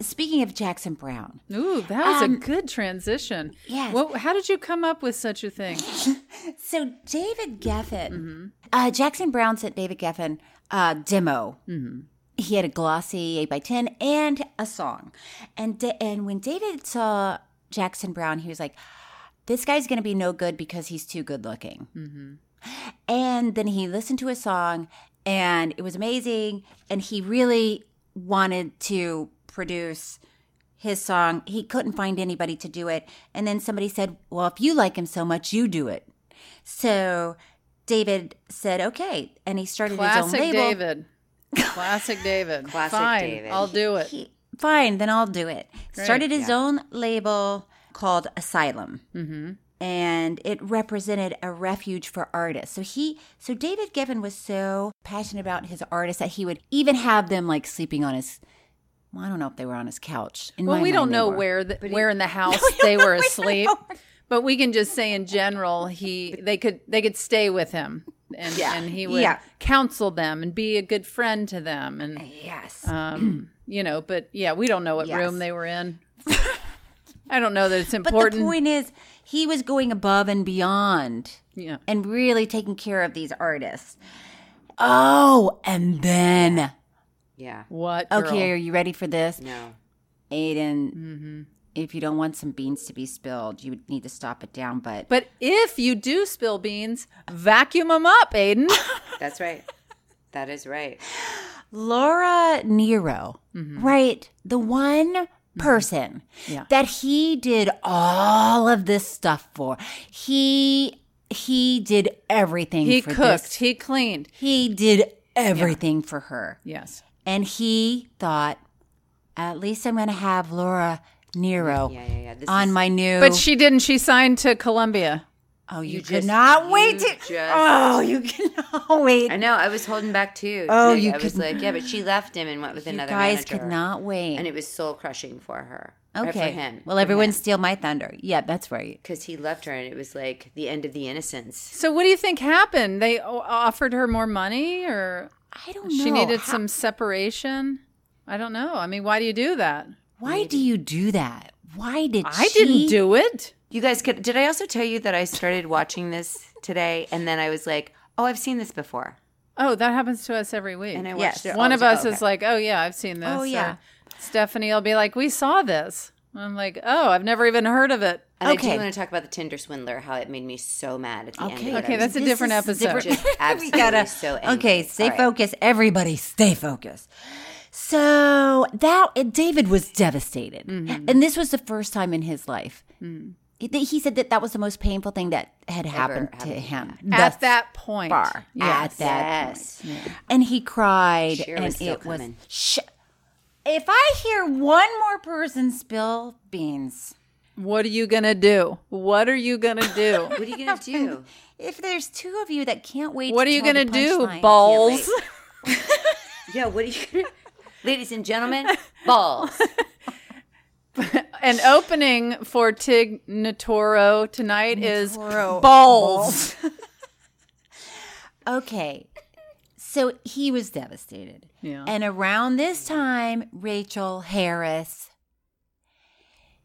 S8: speaking of Jackson Brown,
S3: Ooh, that was a
S8: Um,
S3: good transition.
S8: yes.
S3: What, how did you come up with such a thing?
S8: so David Geffen, uh, Jackson Brown sent David Geffen a demo. He had a glossy eight by ten and a song, and da- and when David saw Jackson Brown, he was like, "This guy's going to be no good because he's too good looking."
S3: Mm-hmm.
S8: And then he listened to a song and it was amazing. And he really wanted to produce his song. He couldn't find anybody to do it. And then somebody said, Well, if you like him so much, you do it. So David said, Okay. And he started his
S3: Classic
S8: own label.
S3: David. Classic David.
S4: Classic
S3: Fine,
S4: David.
S3: I'll do it.
S8: He- Fine, then I'll do it.
S3: Great,
S8: started his own label called Asylum.
S3: hmm
S8: and it represented a refuge for artists. So he so David Gibbon was so passionate about his artists that he would even have them like sleeping on his well, I don't know if they were on his couch. In
S3: well,
S8: my
S3: we
S8: mind,
S3: don't
S8: they
S3: know
S8: were.
S3: where the,
S8: But he-
S3: where in the house
S8: No, we
S3: they
S8: don't
S3: were
S8: know. We don't
S3: asleep, but we can just say in general he they could they could stay with him and
S8: Yeah.
S3: and he would
S8: Yeah.
S3: counsel them and be a good friend to them and
S8: yes
S3: um you know but yeah we don't know what
S8: Yes.
S3: room they were in. I don't know that it's
S8: But
S3: important.
S8: the point is, he was going above and beyond.
S3: Yeah.
S8: And really taking care of these artists. Oh, and then.
S4: Yeah.
S3: What?
S8: Okay, are you ready for this?
S4: No.
S8: Aiden,
S3: Mm-hmm.
S8: if you don't want some beans to be spilled, you would need to stop it down. But
S3: But if you do spill beans, vacuum them up, Aiden.
S4: That's right. That is right.
S8: Laura Nero, right? The one person
S3: Mm-hmm. Yeah.
S8: that he did all of this stuff for. He he did everything
S3: He
S8: for this
S3: cooked, he cleaned.
S8: He did everything for her.
S3: Yes.
S8: And he thought, at least I'm going to have Laura Nero on my new.
S3: But she didn't. She signed to Columbia.
S8: Oh, you, could
S4: just-
S8: not wait
S4: you
S8: to.
S4: just-
S8: oh, you cannot wait.
S4: I know. I was holding back too.
S8: Oh,
S4: Like,
S8: you
S4: I was
S8: could-
S4: like, yeah, but she left him and went with
S8: You
S4: another
S8: guys could
S4: manager.
S8: not wait.
S4: and it was soul crushing for her. or
S8: Okay.
S4: for him.
S8: Well, everyone steal my thunder. Yeah, that's right.
S4: because he left her, and it was like the end of the innocence.
S3: So what do you think happened? They o- offered her more money, or
S8: I don't
S3: She
S8: know.
S3: needed
S8: How-
S3: some separation. I don't know. I mean, why do you do that?
S8: Why do you do that? Why did
S3: I didn't
S8: she-
S3: do it.
S4: You guys could. Did I also tell you that I started watching this today, and then I was like, oh, I've seen this before.
S3: Oh, that happens to us every week.
S4: And I watched Yes. it all
S3: One
S4: the
S3: of
S4: time.
S3: us is
S4: Okay.
S3: like, "Oh yeah, I've seen this."
S4: Oh,
S3: or
S8: uh,
S4: yeah.
S3: Stephanie will be like, "We saw this." I'm like, "Oh, I've never even heard of it."
S4: And I do want to talk about the Tinder swindler, how it made me so mad at the end.
S8: Okay.
S4: of it.
S3: Okay,
S4: I was
S3: that's a
S4: just
S3: different episode.
S4: Just
S8: We
S4: absolutely
S8: gotta-
S4: so angry.
S8: okay, stay
S4: All right.
S8: focused. Everybody, stay focused. So that and David was devastated,
S3: Mm-hmm.
S8: and this was the first time in his life.
S3: Mm.
S8: He- He said that that was the most painful thing that had happened to him
S3: At
S8: thus
S3: that point,
S8: far.
S3: Yes.
S8: At that point. and he cried,
S4: Sure
S8: and
S4: was still
S8: it was.
S4: coming.
S8: Sh- if I hear one more person spill beans,
S3: What are you gonna do? What are you gonna do?
S4: What are you gonna do?
S8: if there's two of you that can't wait,
S3: what
S8: to
S3: are you
S8: tell the
S3: gonna do,
S8: punchline-
S3: balls?
S4: yeah, what are you gonna? Ladies and gentlemen, balls.
S3: An opening for Tig Notoro tonight is
S8: Notaro.
S3: balls.
S8: Okay. So he was devastated.
S3: Yeah.
S8: And around this time, Rachel Harris,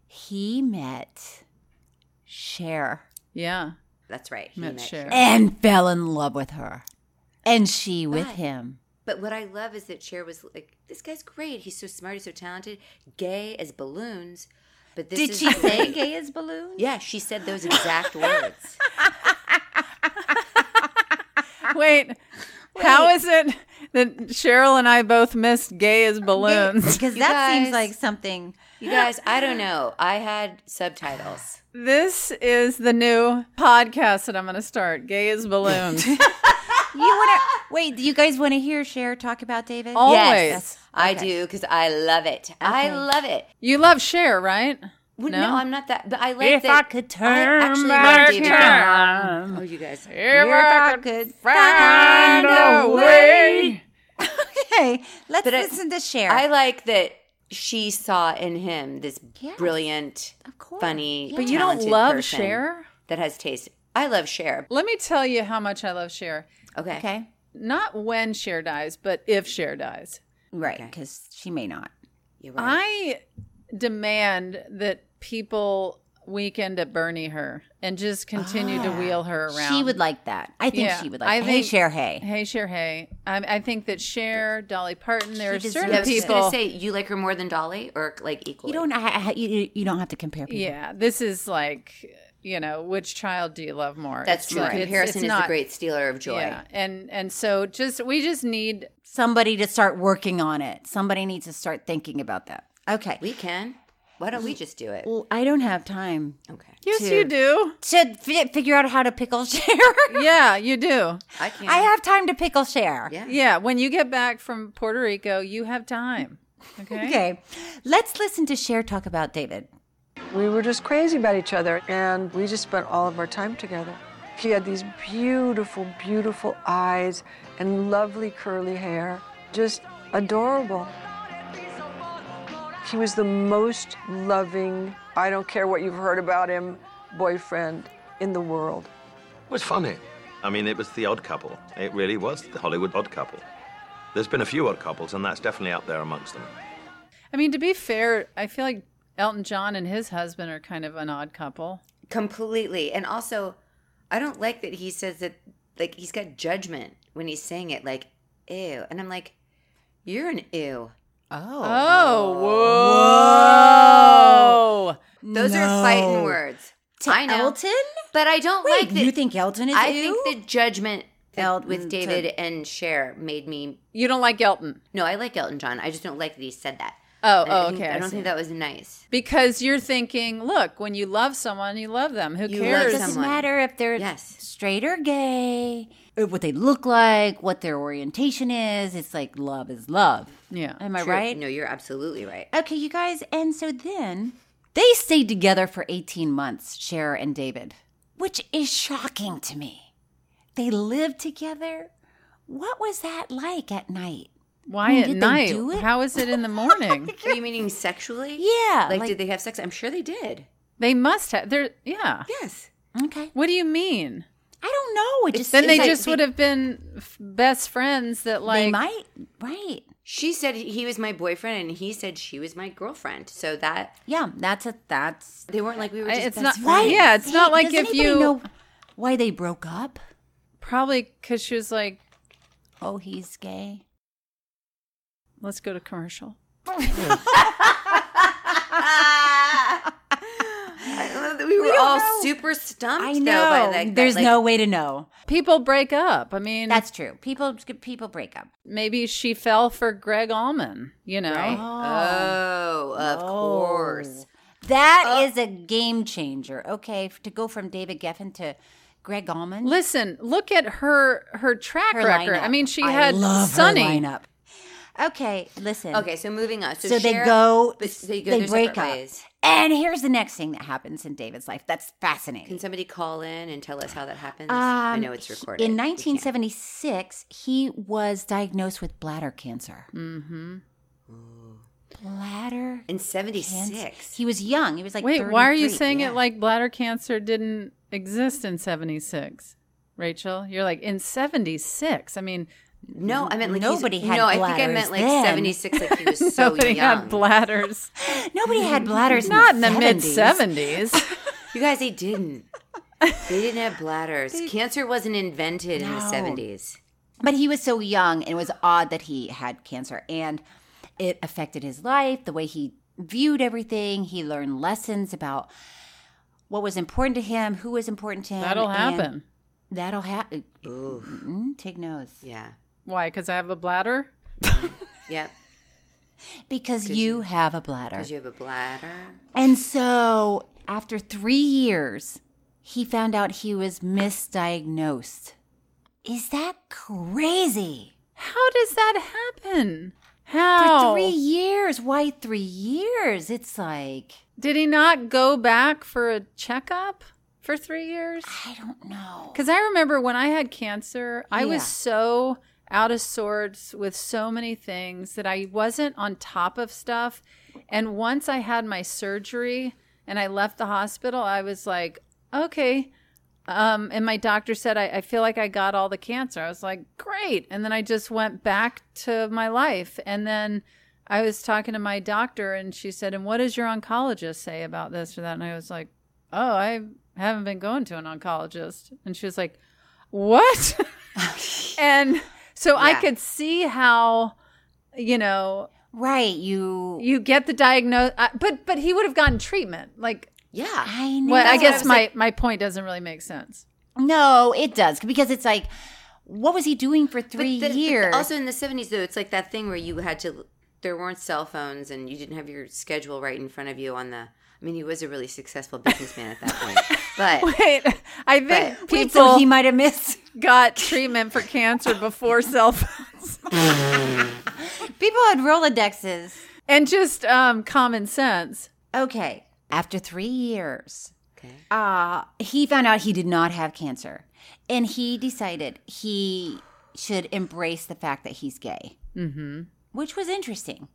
S8: he met Cher
S3: Yeah.
S4: That's right. He
S3: Met
S4: met
S3: Cher.
S4: Cher.
S8: and fell in love with her. And she with
S4: But-
S8: him.
S4: But what I love is that Cher was like, "This guy's great. He's so smart. He's so talented. Gay as balloons." But this
S8: Did
S4: is
S8: she say
S4: great.
S8: gay as balloon?
S4: Yeah, she said those exact words.
S3: Wait, how is it that Cheryl and I both missed gay as balloons?
S8: Because that
S4: You
S8: seems
S4: guys-
S8: like something.
S4: You guys, I don't know. I had subtitles.
S3: This is the new podcast that I'm going to start gay as balloons.
S8: You want to wait? Do you guys want to hear Cher talk about David?
S3: Always.
S4: Yes, I do because I love it. I love it.
S3: You love Cher, right?
S4: Well, no?
S3: No?
S4: I'm not that. But I like
S8: If I
S4: that.
S8: could
S4: I
S8: turn
S4: actually
S8: back
S4: love David
S8: time.
S4: Bowie. Oh, you guys.
S8: If I could find a way. Okay, let's
S4: But I-
S8: listen to Cher.
S4: I like that she saw in him this
S8: Yes.
S4: brilliant,
S8: Of course.
S4: funny,
S3: But you don't
S4: talented
S3: love
S4: person
S3: Cher?
S4: that has taste. I love Cher.
S3: Let me tell you how much I love Cher.
S4: Okay.
S8: okay,
S3: Not when Cher dies, but if Cher dies.
S8: right? Because she may not.
S4: You're right.
S3: I demand that people weekend at Bernie her and just continue to wheel her around.
S8: She would like that. I think
S3: Yeah,
S8: she would like.
S3: I
S8: I hey,
S3: think-
S8: Cher. Hey,
S3: Hey, Cher, hey. I, I think that Cher, Dolly Parton, there are
S8: deserves
S3: certain
S4: yeah, I was just
S3: people.
S4: gonna say you like her more than Dolly, or like equally.
S8: you don't. I, I, you, you don't have to compare people.
S3: yeah, this is like, you know, which child do you love more?
S4: That's
S3: It's
S4: true.
S3: like- it's-
S4: Comparison
S3: it's
S4: is
S3: not-
S4: the great stealer of joy.
S3: Yeah, and and so just we just need
S8: Somebody to start working on it. Somebody needs to start thinking about that. Okay.
S4: We can. Why don't we just do it?
S8: Well, I don't have time
S4: Okay.
S3: yes,
S8: Two.
S3: you do.
S8: to fi- figure out how to pickle Cher.
S3: Yeah, you do.
S4: I can.
S8: I have time to pickle Cher.
S4: Yeah.
S3: Yeah, when you get back from Puerto Rico, you have time. Okay.
S8: Okay. Let's listen to Cher talk about David.
S11: We were just crazy about each other, and we just spent all of our time together. He had these beautiful, beautiful eyes and lovely curly hair, just adorable. He was the most loving, I don't care what you've heard about him, boyfriend in the world.
S12: It was funny. I mean, it was the odd couple. It really was the Hollywood odd couple. There's been a few odd couples, and that's definitely up there amongst them.
S3: I mean, to be fair, I feel like Elton John and his husband are kind of an odd couple.
S4: Completely. And also, I don't like that he says that, like, he's got judgment when he's saying it, like, ew. And I'm like, you're an ew.
S8: Oh.
S4: Oh, whoa. Those are fighting
S8: No.
S4: words.
S8: To
S4: I know.
S8: Elton?
S4: But I don't
S8: Wait,
S4: like that.
S8: you think Elton is
S4: I
S8: ew?
S4: think the judgment Elton with
S8: to-
S4: David and Cher made me.
S3: You don't like Elton?
S4: No, I like Elton John. I just don't like that he said that.
S3: Oh,
S4: And I
S3: oh
S4: think-
S3: okay.
S4: I don't
S3: see.
S4: think that was nice.
S3: because you're thinking, look, when you love someone, you love them. Who
S4: You love
S3: cares?
S8: It doesn't matter if they're straight or gay, or what they look like, what their orientation is. It's like love is love.
S3: Yeah.
S8: Am I
S4: True.
S8: right?
S4: No, you're absolutely right.
S8: Okay, you guys. And so then they stayed together for 18 months, Cher and David, which is shocking to me. They lived together. What was that like at night?
S3: Why
S8: I mean,
S3: at
S8: did they
S3: night?
S8: do it?
S3: How is it in the morning?
S4: Are you meaning sexually?
S8: Yeah.
S4: Like, did they have sex? I'm sure they did.
S3: They must have. They're yeah.
S4: Yes.
S8: Okay.
S3: What do you mean?
S8: I don't know. It just
S3: then they
S8: seems like
S3: just would have been f- best friends. That like
S8: might right.
S4: She said he was my boyfriend, and he said she was my girlfriend. So that
S8: Yeah, that's a that's.
S4: they weren't like we were
S3: I-
S4: just
S3: it's
S4: best
S3: not-
S4: friends.
S3: yeah, it's not like
S8: does
S3: if
S8: anybody
S3: you-
S8: know why they broke up.
S3: probably because she was like,
S8: Oh, he's gay.
S3: let's go to commercial.
S4: I love that we were all super stumped.
S8: I
S4: though,
S8: know.
S4: by like that,
S8: There's
S4: like-
S8: no way to know.
S3: People break up. I mean,
S8: That's true. People people break up.
S3: maybe she fell for Greg Allman. You know,
S4: Right. Oh, of course. Uh,
S8: That is a game changer. Okay, f- to go from David Geffen to Greg Allman.
S3: Listen, look at her her track
S8: Her
S3: record.
S8: lineup.
S3: I mean, she
S8: I
S3: had
S8: love her
S3: Sunny.
S8: lineup. Okay, listen.
S4: Okay, so moving on. So,
S8: So, they
S4: Cher-
S8: go.
S4: but
S8: They,
S4: go their
S8: break
S4: separate
S8: up.
S4: ways.
S8: And here's the next thing that happens in David's life. That's fascinating.
S4: Can somebody call in and tell us how that happens? I
S8: Um,
S4: know it's
S8: he-
S4: recorded.
S8: In 1976, he was diagnosed with bladder cancer.
S3: Mm-hmm.
S8: Bladder
S4: in
S8: cancer.
S4: 76.
S8: He was young. He was like
S3: Wait, why are you
S8: 33.
S3: saying
S8: Yeah.
S3: it like bladder cancer didn't exist in 76? Rachel, you're like in 76. I mean,
S4: No, I meant like
S8: Nobody
S4: he's,
S8: had
S4: No, I think I meant
S8: bladders
S4: like
S8: then.
S4: 76, like he was so
S3: nobody
S4: young.
S3: had bladders.
S8: Nobody had bladders.
S3: Not in
S8: in
S3: the
S8: the,
S3: mid
S8: 70s.
S3: 70s.
S4: You guys, they didn't. They didn't have bladders. Cancer wasn't invented in the 70s.
S8: But he was so young, and it was odd that he had cancer, and it affected his life, the way he viewed everything. He learned lessons about what was important to him, who was important to him.
S3: That'll
S8: and
S3: happen.
S8: That'll happen. Take notes.
S4: Yeah.
S3: Why? Because I have a bladder?
S4: Yep.
S8: Because you have a bladder.
S4: Because you have a bladder.
S8: And so, after three years, he found out he was misdiagnosed. Is that crazy?
S3: How does that happen?
S8: For
S3: How?
S8: three years? Why three years? It's like,
S3: Did he not go back for a checkup for three years?
S8: I don't know.
S3: Because I remember when I had cancer, I
S8: Yeah.
S3: was so out of sorts with so many things that I wasn't on top of stuff. And once I had my surgery and I left the hospital, I was like, okay. Um, and my doctor said, I, I feel like I got all the cancer. I was like, great. And then I just went back to my life. And then I was talking to my doctor and she said, and what does your oncologist say about this or that? And I was like, oh, I haven't been going to an oncologist. And she was like, what? and so I
S8: Yeah.
S3: could see how, you know,
S8: Right, you.
S3: you get the diagnosis, but but he would have gotten treatment. Like,
S4: Yeah.
S8: I know.
S3: well, I guess my my point doesn't really make sense.
S8: No, it does. Because it's like, what was he doing for
S4: But
S8: three
S4: the- but
S8: years?
S4: also in the 70s, though, it's like that thing where you had to, there weren't cell phones and you didn't have your schedule right in front of you on the, I mean, he was a really successful businessman at that point. But
S3: Wait, I think people
S8: Wait, so he might have missed.
S3: got treatment for cancer before cell phones
S8: People had Rolodexes.
S3: and just um, common sense.
S8: Okay. After three years, uh, he found out he did not have cancer, and he decided he should embrace the fact that he's gay,
S3: Mm-hmm.
S8: which was interesting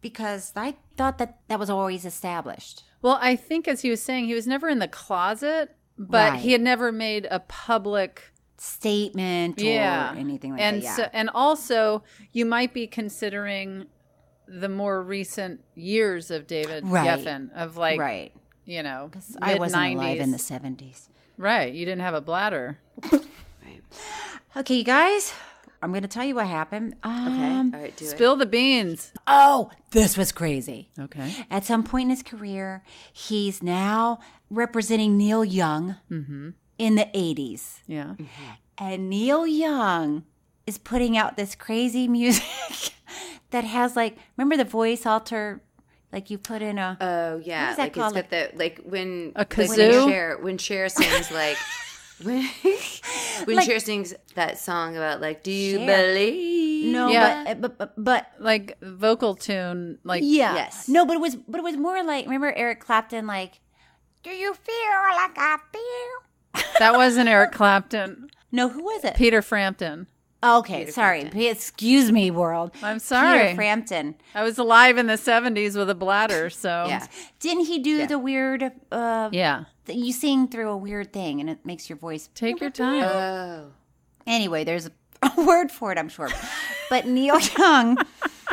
S8: because I thought that that was always established.
S3: Well, I think as he was saying, he was never in the closet, but
S8: Right.
S3: he had never made a public
S8: Statement or anything like
S3: and
S8: that. Yeah.
S3: So, and also, you might be considering the more recent years of David
S8: Right.
S3: Geffen of like,
S8: Right.
S3: you know,
S8: I wasn't
S3: mid-nineties.
S8: alive in the 70s.
S3: Right. You didn't have a bladder.
S8: Okay, you guys, I'm going to tell you what happened. Um,
S4: All right, do
S3: Spill the beans.
S8: Oh, this was crazy.
S3: Okay.
S8: At some point in his career, he's now representing Neil Young
S3: Mm-hmm.
S8: in the 80s.
S3: Yeah.
S8: And Neil Young is putting out this crazy music that has like, remember the voice alter? Like you put in a.
S3: Uh,
S4: Oh, yeah.
S8: What is that
S4: like
S8: called?
S4: it's got the like when
S8: A
S4: like, when
S8: kazoo?
S4: Cher when Cher sings like when when Cher sings that song about like do you
S8: Cher.
S4: believe
S8: No,
S3: Yeah.
S8: but, but, but, but
S3: Like vocal tune. Like,
S8: yeah. No, but it was but it was more like remember Eric Clapton like Do you feel like I feel?
S3: That wasn't Eric Clapton.
S8: No, who was it?
S3: Peter Frampton.
S8: Okay, sorry. P- Excuse me, world.
S3: I'm sorry.
S8: Peter Frampton.
S3: I was alive in the 70s with a bladder, so
S8: Didn't he do the weird uh
S3: Yeah.
S8: th- you sing through a weird thing and it makes your voice
S3: Take your time.
S8: Uh,
S4: Oh.
S8: Anyway, there's a, a word for it, I'm sure. But Neil Young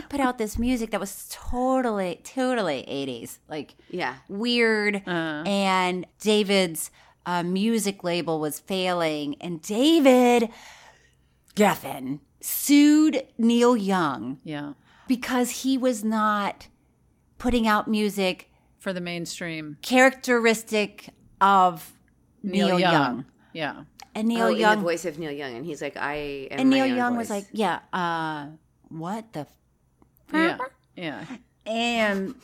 S8: put out this music that was totally totally 80s. Like
S4: yeah
S8: weird and david's uh, music label was failing and david geffen sued neil young
S3: yeah
S8: because he was not putting out music
S3: for the mainstream
S8: characteristic of neil, young.
S3: Yeah.
S8: and neil
S4: oh, in
S8: young
S4: the voice of Neil Young and he's like I am
S8: and
S4: my
S8: neil
S4: own
S8: young was
S4: voice.
S8: like yeah uh what the f-
S3: Yeah. Yeah.
S8: and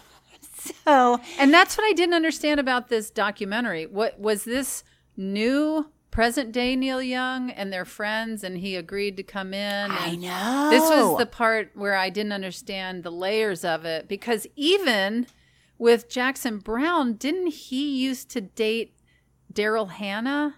S8: so
S3: And that's what I didn't understand about this documentary. What was this new present day Neil Young and their friends and he agreed to come in? And
S8: I know.
S3: This was the part where I didn't understand the layers of it because even with Jackson Brown, didn't he used to date Daryl Hannah?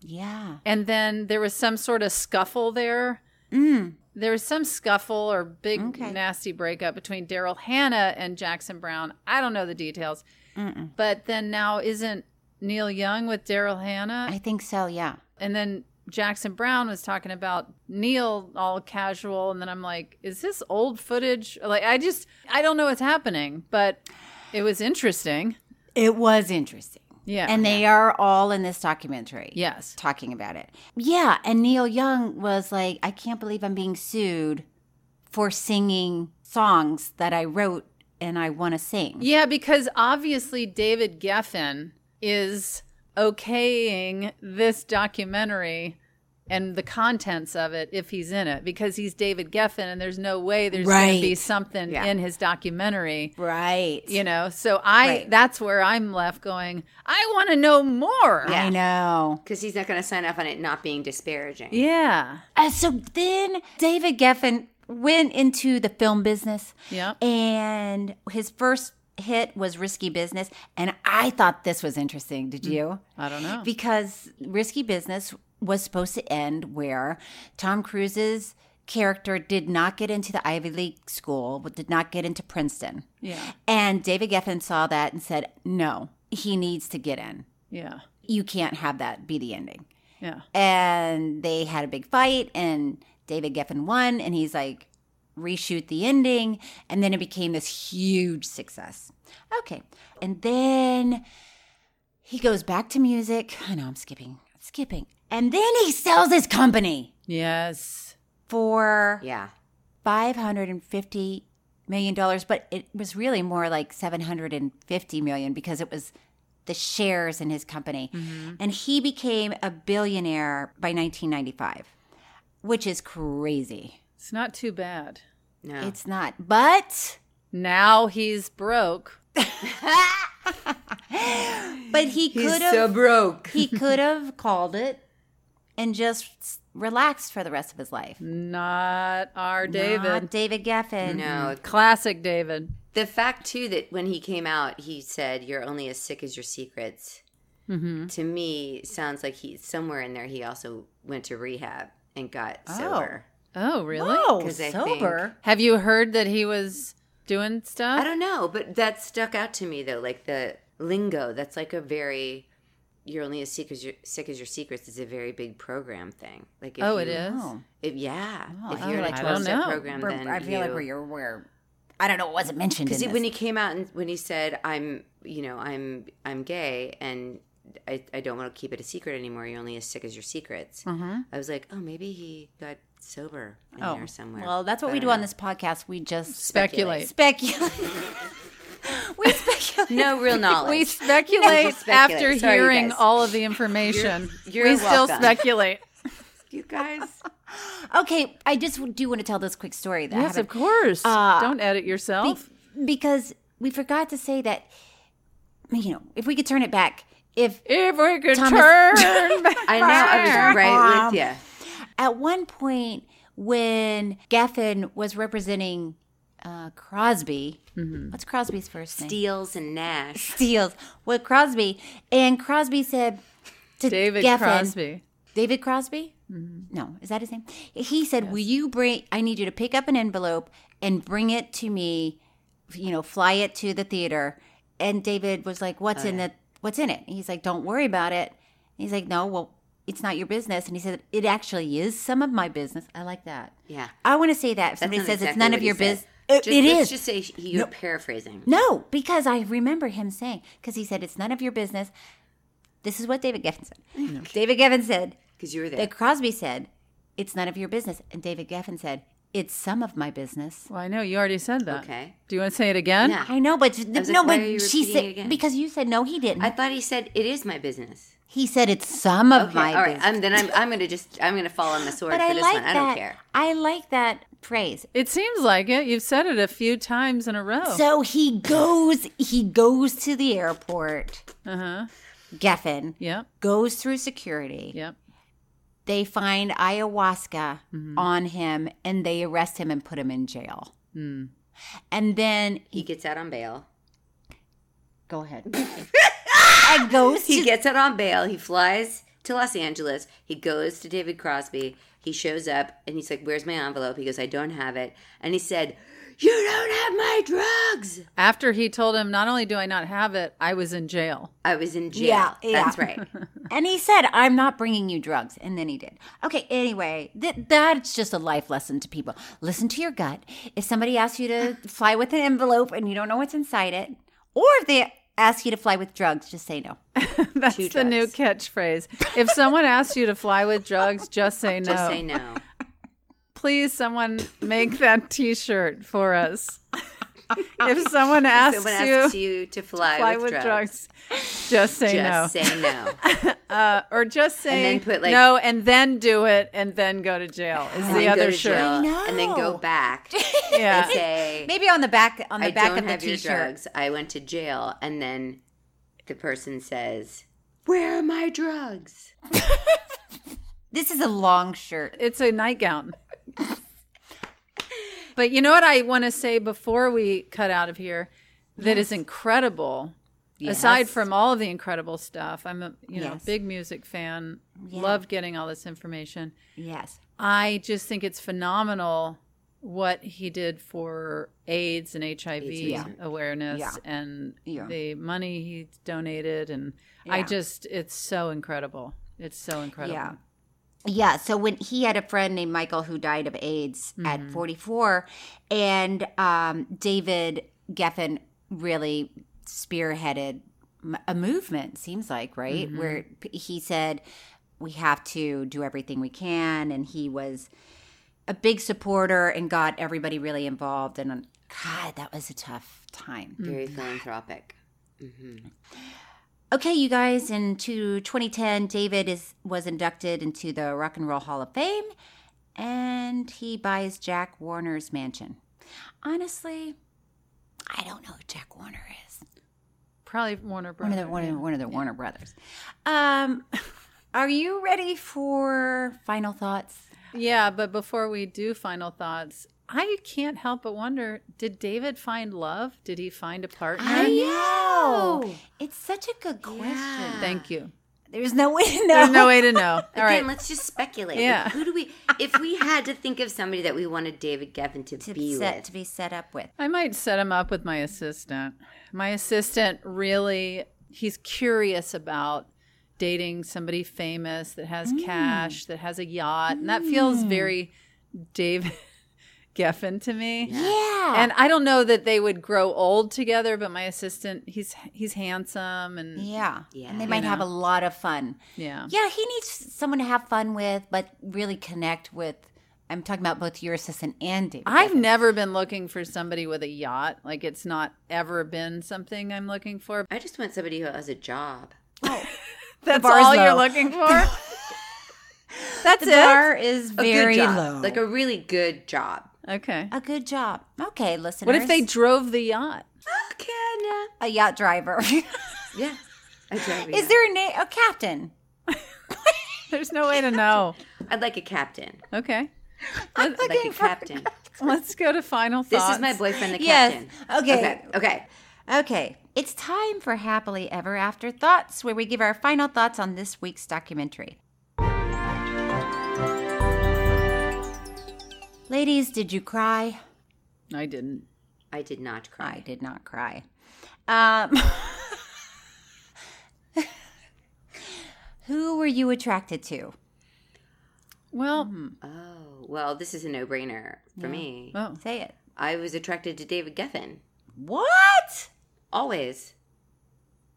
S8: yeah
S3: And then there was some sort of scuffle there.
S8: Mm.
S3: There was some scuffle or big nasty breakup between Daryl Hannah and Jackson Brown. I don't know the details.
S8: Mm-mm.
S3: But then now isn't Neil Young with Daryl Hannah?
S8: i think so yeah
S3: and then Jackson Brown was talking about Neil all casual and then I'm like, is this old footage? Like I just I don't know what's happening, but it was interesting.
S8: it was interesting
S3: Yeah.
S8: And they are all in this documentary.
S3: Yes.
S8: Talking about it. Yeah. And Neil Young was like, I can't believe I'm being sued for singing songs that I wrote and I want to sing.
S3: Yeah, because obviously David Geffen is okaying this documentary and the contents of it if he's in it because he's David Geffen and there's no way there's going to be
S8: Right.
S3: something
S8: Yeah.
S3: in his documentary.
S8: Right.
S3: You know, so I
S8: Right.
S3: that's where I'm left going, I want to know more.
S8: I know.
S4: because he's not going to sign off on it not being disparaging
S3: Yeah.
S8: Uh, so then David Geffen went into the film business.
S3: Yeah.
S8: And his first hit was Risky Business. And I thought this was interesting. Did you?
S3: Mm. I don't know.
S8: Because Risky Business was supposed to end where Tom Cruise's character did not get into the Ivy League school, but did not get into Princeton.
S3: Yeah.
S8: And David Geffen saw that and said, no, he needs to get in.
S3: Yeah.
S8: You can't have that be the ending
S3: Yeah.
S8: and they had a big fight and david geffen won and he's like reshoot the ending and then it became this huge success okay and then he goes back to music i know i'm skipping skipping and then he sells his company
S3: Yes.
S8: for
S4: yeah
S8: 550 million dollars but it was really more like 750 million because it was the shares in his company
S4: Mm-hmm.
S8: and he became a billionaire by 1995 which is crazy
S3: It's not too bad.
S4: no
S8: it's not but
S3: Now he's broke.
S8: but he
S4: He's
S8: could have
S4: so broke
S8: he could have called it and just s- relaxed for the rest of his life.
S3: Not our David.
S8: Not David Geffen.
S4: No.
S3: Classic David.
S4: The fact too that when he came out, he said, "You're only as sick as your secrets."
S3: Mm-hmm.
S4: To me, sounds like he somewhere in there he also went to rehab and got sober.
S3: Oh, really?
S4: Whoa, 'Cause I think- sober.
S3: Have you heard that he was doing stuff?
S4: I don't know, but that stuck out to me though, like the lingo. That's like a very "You're only as sick as your sick as your secrets" is a very big program thing. Like, if
S3: Oh,
S4: you,
S3: it is?
S4: If, yeah,
S8: Oh,
S4: if
S8: I
S4: you're in a
S8: don't know. I don't
S4: twelve step
S8: know.
S4: program,
S8: We're-
S4: then
S8: I feel like
S4: you-
S8: we're- we're- I don't know. It wasn't mentioned in
S4: because
S8: this.
S4: when he came out and when he said i'm you know i'm i'm gay and i, I don't want to keep it a secret anymore you're only as sick as your secrets
S8: Mhm.
S4: i was like oh maybe he got sober in
S8: Oh.
S4: there somewhere
S8: Well, that's what
S4: But
S8: we
S4: I
S8: do
S4: don't
S8: on this podcast. We just
S3: Speculate.
S8: Speculate. we speculate.
S4: know. no real knowledge
S3: We speculate
S4: Just speculate.
S3: after
S4: Sorry, you
S3: hearing
S4: guys.
S3: all of the information.
S4: You're-
S3: we
S4: you're
S3: still
S4: welcome.
S3: speculate.
S4: you guys
S8: Okay, I just do want to tell this quick story. That I
S3: yes, of
S8: haven't-
S3: course.
S8: Uh,
S3: Don't edit yourself.
S8: Be- because we forgot to say that. You know, if we could turn it back, if
S3: if we could
S8: Thomas-
S3: turn back.
S4: i know i was right with you
S8: At one point, when Geffen was representing uh, Crosby, what's Crosby's first name?
S4: steels and nash
S8: Steals. What Crosby? And Crosby said to
S3: David
S8: Geffen,
S3: Crosby.
S8: David Crosby?
S4: Mm-hmm.
S8: No, is that his name? He said, "Will you bring? I need you to pick up an envelope and bring it to me. You know, fly it to the theater." And David was like, "What's
S4: Oh,
S8: in the? What's in it?" And he's like, "Don't worry about it." And he's like, "No, well, it's not your business." And he said, "It actually is some of my business. I like that.
S4: yeah
S8: I want to say that if somebody
S4: not
S8: says it's
S4: exactly
S8: none
S4: what
S8: of
S4: he
S8: your
S4: said.
S8: business, it,
S4: just,
S8: it
S4: let's
S8: is.
S4: just say he- you're
S8: No.
S4: paraphrasing
S8: No, because I remember him saying, because he said, it's none of your business. This is what David Geffen said. David Geffen said,
S4: because you were there
S8: that Crosby said, it's none of your business. And David Geffen said, it's some of my business.
S3: Well, I know you already said that.
S4: okay
S3: Do you want to say it again?
S4: Yeah.
S8: I know, but no,
S4: was like, why are you
S8: but she
S4: repeating it
S8: said,
S4: again?
S8: because you said, no, he didn't.
S4: i thought he said it is my business
S8: he said, it's some of
S4: Okay,
S8: my
S4: all right.
S8: business.
S4: I'm, then I'm, I'm gonna just I'm gonna fall on the sword
S8: but
S4: for
S8: I
S4: this
S8: like
S4: one. I
S8: that.
S4: don't care.
S8: I like that phrase.
S3: It seems like it. You've said it a few times in a row.
S4: Oh.
S8: So he goes, he goes to the airport.
S3: uh
S4: Uh-huh.
S3: huh.
S8: Geffen
S3: Yep.
S8: goes through security.
S3: Yep.
S8: they find ayahuasca
S4: Mm-hmm.
S8: on him and they arrest him and put him in jail.
S4: Hmm.
S3: Mm.
S8: And then
S4: He gets out on bail.
S8: go ahead. and goes
S4: He
S8: to
S4: gets out on bail. He flies to Los Angeles. He goes to David Crosby. He shows up and he's like, "Where's my envelope?" He goes, "I don't have it." And he said, "You don't have my drugs."
S3: After he told him, not only do I not have it, I was in jail.
S4: I was in jail.
S8: Yeah, yeah.
S4: That's right.
S8: and he said, "I'm not bringing you drugs." And then he did. Okay. Anyway, th- that's just a life lesson to people. Listen to your gut. If somebody asks you to fly with an envelope and you don't know what's inside it, or if they ask you to fly with drugs, just say no.
S3: That's the new catchphrase. If someone asks you to fly with drugs, just say no.
S4: Just say no.
S3: Please, someone make that t shirt for us. if someone asks,
S4: Someone
S3: you,
S4: asks you, to fly,
S3: fly with drugs, just say
S4: Just
S3: no.
S4: say no.
S3: uh, or just say
S4: then put, like-
S3: no and then do it and then go to jail is
S4: And
S3: the
S4: then go
S3: other
S4: to
S3: shirt.
S4: jail And then go
S8: No.
S4: back and
S3: Yeah.
S4: say,
S8: Maybe on the back on the
S4: I
S8: back
S4: don't
S8: of the
S4: have your
S8: t-shirt.
S4: drugs. I went to jail, and then the person says, "Where are my drugs?"
S8: This is a long shirt.
S3: It's a nightgown. but you know what I want to say before we cut out of here that is incredible. Aside
S8: Yes.
S3: from all of the incredible stuff, I'm a you know
S8: Yes.
S3: big music fan.
S8: Yeah.
S3: Love getting all this information.
S8: Yes.
S3: I just think it's phenomenal what he did for AIDS and HIV
S8: yeah.
S3: awareness
S8: Yeah.
S3: and
S8: Yeah.
S3: the money he donated. And I
S8: Yeah.
S3: just, it's so incredible. It's so incredible.
S8: Yeah. Yeah. So when he had a friend named Michael who died of AIDS at 44, and um, David Geffen really spearheaded m- a movement, seems like, right? Where p- he said, we have to do everything we can. And he was a big supporter and got everybody really involved. And um, God, that was a tough time.
S4: Very philanthropic. hmm
S8: Okay, you guys, in to 2010, David is was inducted into the Rock and Roll Hall of Fame, and he buys Jack Warner's mansion. Honestly, I don't know who Jack Warner is.
S3: Probably Warner
S8: One
S3: Brothers.
S8: of the one of, one of the Warner brothers. Um, Are you ready for final thoughts?
S3: Yeah, but before we do final thoughts, I can't help but wonder did David find love? Did he find a partner?
S8: I know. It's such a good question.
S3: Thank you.
S8: There's no way to know.
S3: There's no way to know.
S4: But
S3: All
S4: then
S3: right.
S4: let's just speculate.
S3: Yeah.
S4: Like, who do we? If we had to think of somebody that we wanted David Geffen to, be
S8: set-
S4: with,
S8: to be set up with.
S3: I might set him up with my assistant. My assistant really he's curious about dating somebody famous that has
S8: Mm.
S3: cash, that has a yacht, and that feels very David Geffen to me.
S8: Yeah.
S3: And I don't know that they would grow old together, but my assistant, he's he's handsome and
S8: Yeah.
S4: Yeah.
S8: And they
S4: You
S8: might have a
S3: know.
S8: lot of fun.
S3: yeah.
S8: Yeah, he needs someone to have fun with, but really connect with. I'm talking about both your assistant and David.
S3: I've never been looking for somebody with a yacht. Like it's not ever been something I'm looking for.
S4: I just want somebody who has a job.
S3: That's
S8: bar is
S3: all you're
S8: low.
S3: looking for. That's
S8: the
S3: it.
S8: bar is
S4: A good
S8: very
S4: job.
S8: low.
S4: like a really good job.
S3: Okay.
S8: a good job. Okay, listeners.
S3: What if they drove the yacht?
S4: Okay, nah.
S8: a yacht driver?
S4: yeah. A job, yeah.
S8: is there a name? A captain?
S3: There's no way to know.
S4: I'd like a captain.
S3: Okay.
S8: I'm
S4: I'd like a
S8: looking for-
S4: captain.
S3: Let's go to final
S4: This
S3: thoughts.
S4: is my boyfriend, the
S8: Yes.
S4: captain.
S8: Okay.
S4: Okay. Okay.
S8: Okay, it's time for happily ever after thoughts, where we give our final thoughts on this week's documentary. Ladies, did you cry?
S3: I didn't.
S4: I did not cry.
S8: I did not cry. Um, who were you attracted to?
S3: Well,
S4: Oh, well, this is a no brainer for me.
S3: oh,
S8: Say it.
S4: I was attracted to David Geffen.
S8: What?
S4: Always.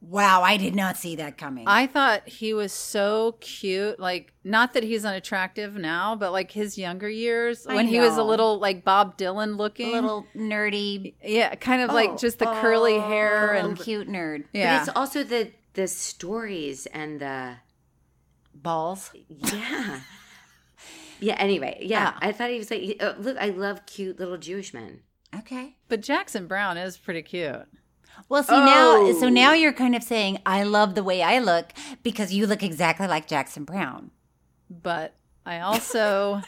S8: Wow, I did not see that coming.
S3: I thought he was so cute. Like, not that he's unattractive now, but like his younger years
S8: I
S3: when he was a
S8: know.
S3: little like Bob Dylan looking.
S8: little nerdy,
S3: yeah, kind of like
S4: Oh,
S3: just the curly hair
S8: little
S3: and
S8: cute nerd
S3: yeah.
S4: But it's also the the stories and the
S8: balls.
S4: yeah. yeah, anyway. Yeah.
S8: Ah.
S4: I thought he was like oh, look, I love cute little Jewish men.
S8: Okay.
S3: but Jackson Brown is pretty cute.
S8: Well, see now,
S3: Oh.
S8: so now you're kind of saying I love the way I look because you look exactly like Jackson Brown.
S3: But I also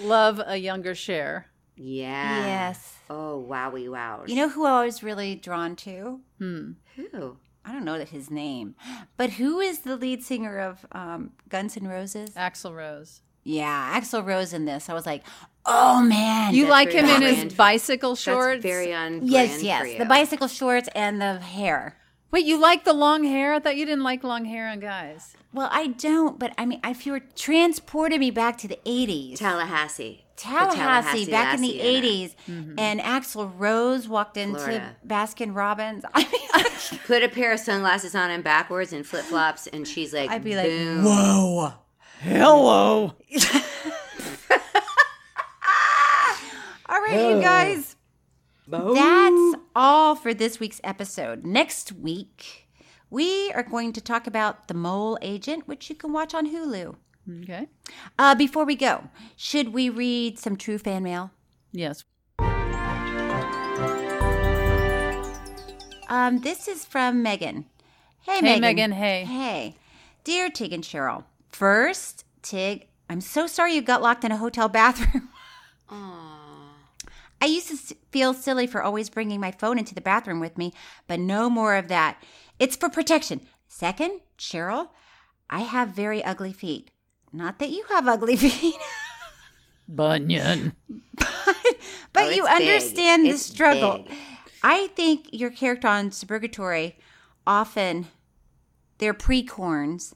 S3: love a younger Cher.
S4: Yeah.
S8: Yes.
S4: Oh, wowie wow.
S8: You know who I was really drawn to?
S3: Hmm.
S4: who?
S8: I don't know that his name, but who is the lead singer of um, Guns N' Roses?
S3: Axl Rose.
S8: Yeah, Axl Rose in this. I was like, oh man,
S3: You
S4: that's
S3: like
S4: very
S3: him in
S4: on
S3: his
S4: brand.
S3: bicycle
S4: Shorts.
S3: shorts?
S4: very on
S8: yes,
S4: brand
S8: yes,
S4: for you.
S8: the bicycle shorts and the hair.
S3: Wait, you like the long hair? I thought you didn't like long hair on guys.
S8: Well, I don't, but I mean, I feel it transported me back to the '80s.
S4: Tallahassee. The
S8: Tallahassee, back in the
S4: Lassie in it.
S8: 80s, and Axl Rose walked into
S4: Florida.
S8: Baskin Robbins. I mean,
S4: Put a pair of sunglasses on him backwards and flip flops, and she's like,
S8: I'd be like,
S4: boom.
S8: whoa.
S1: Hello.
S8: All right, you guys. That's all for this week's episode. Next week, we are going to talk about The Mole Agent, which you can watch on Hulu.
S3: Okay.
S8: Uh, before we go, should we read some true fan mail?
S3: Yes.
S8: Um, this is from Megan. Hey,
S3: Hey,
S8: Megan.
S3: Megan, hey.
S8: Hey. Dear Tig and Cheryl, first, Tig, I'm so sorry you got locked in a hotel bathroom. I used to s- feel silly for always bringing my phone into the bathroom with me, but no more of that. It's for protection. Second, Cheryl, I have very ugly feet. Not that you have ugly feet,
S3: Bunyan.
S8: but
S4: Oh,
S8: you
S4: it's big.
S8: understand the
S4: It's
S8: struggle.
S4: big.
S8: I think your character on Suburgatory often they're precorns,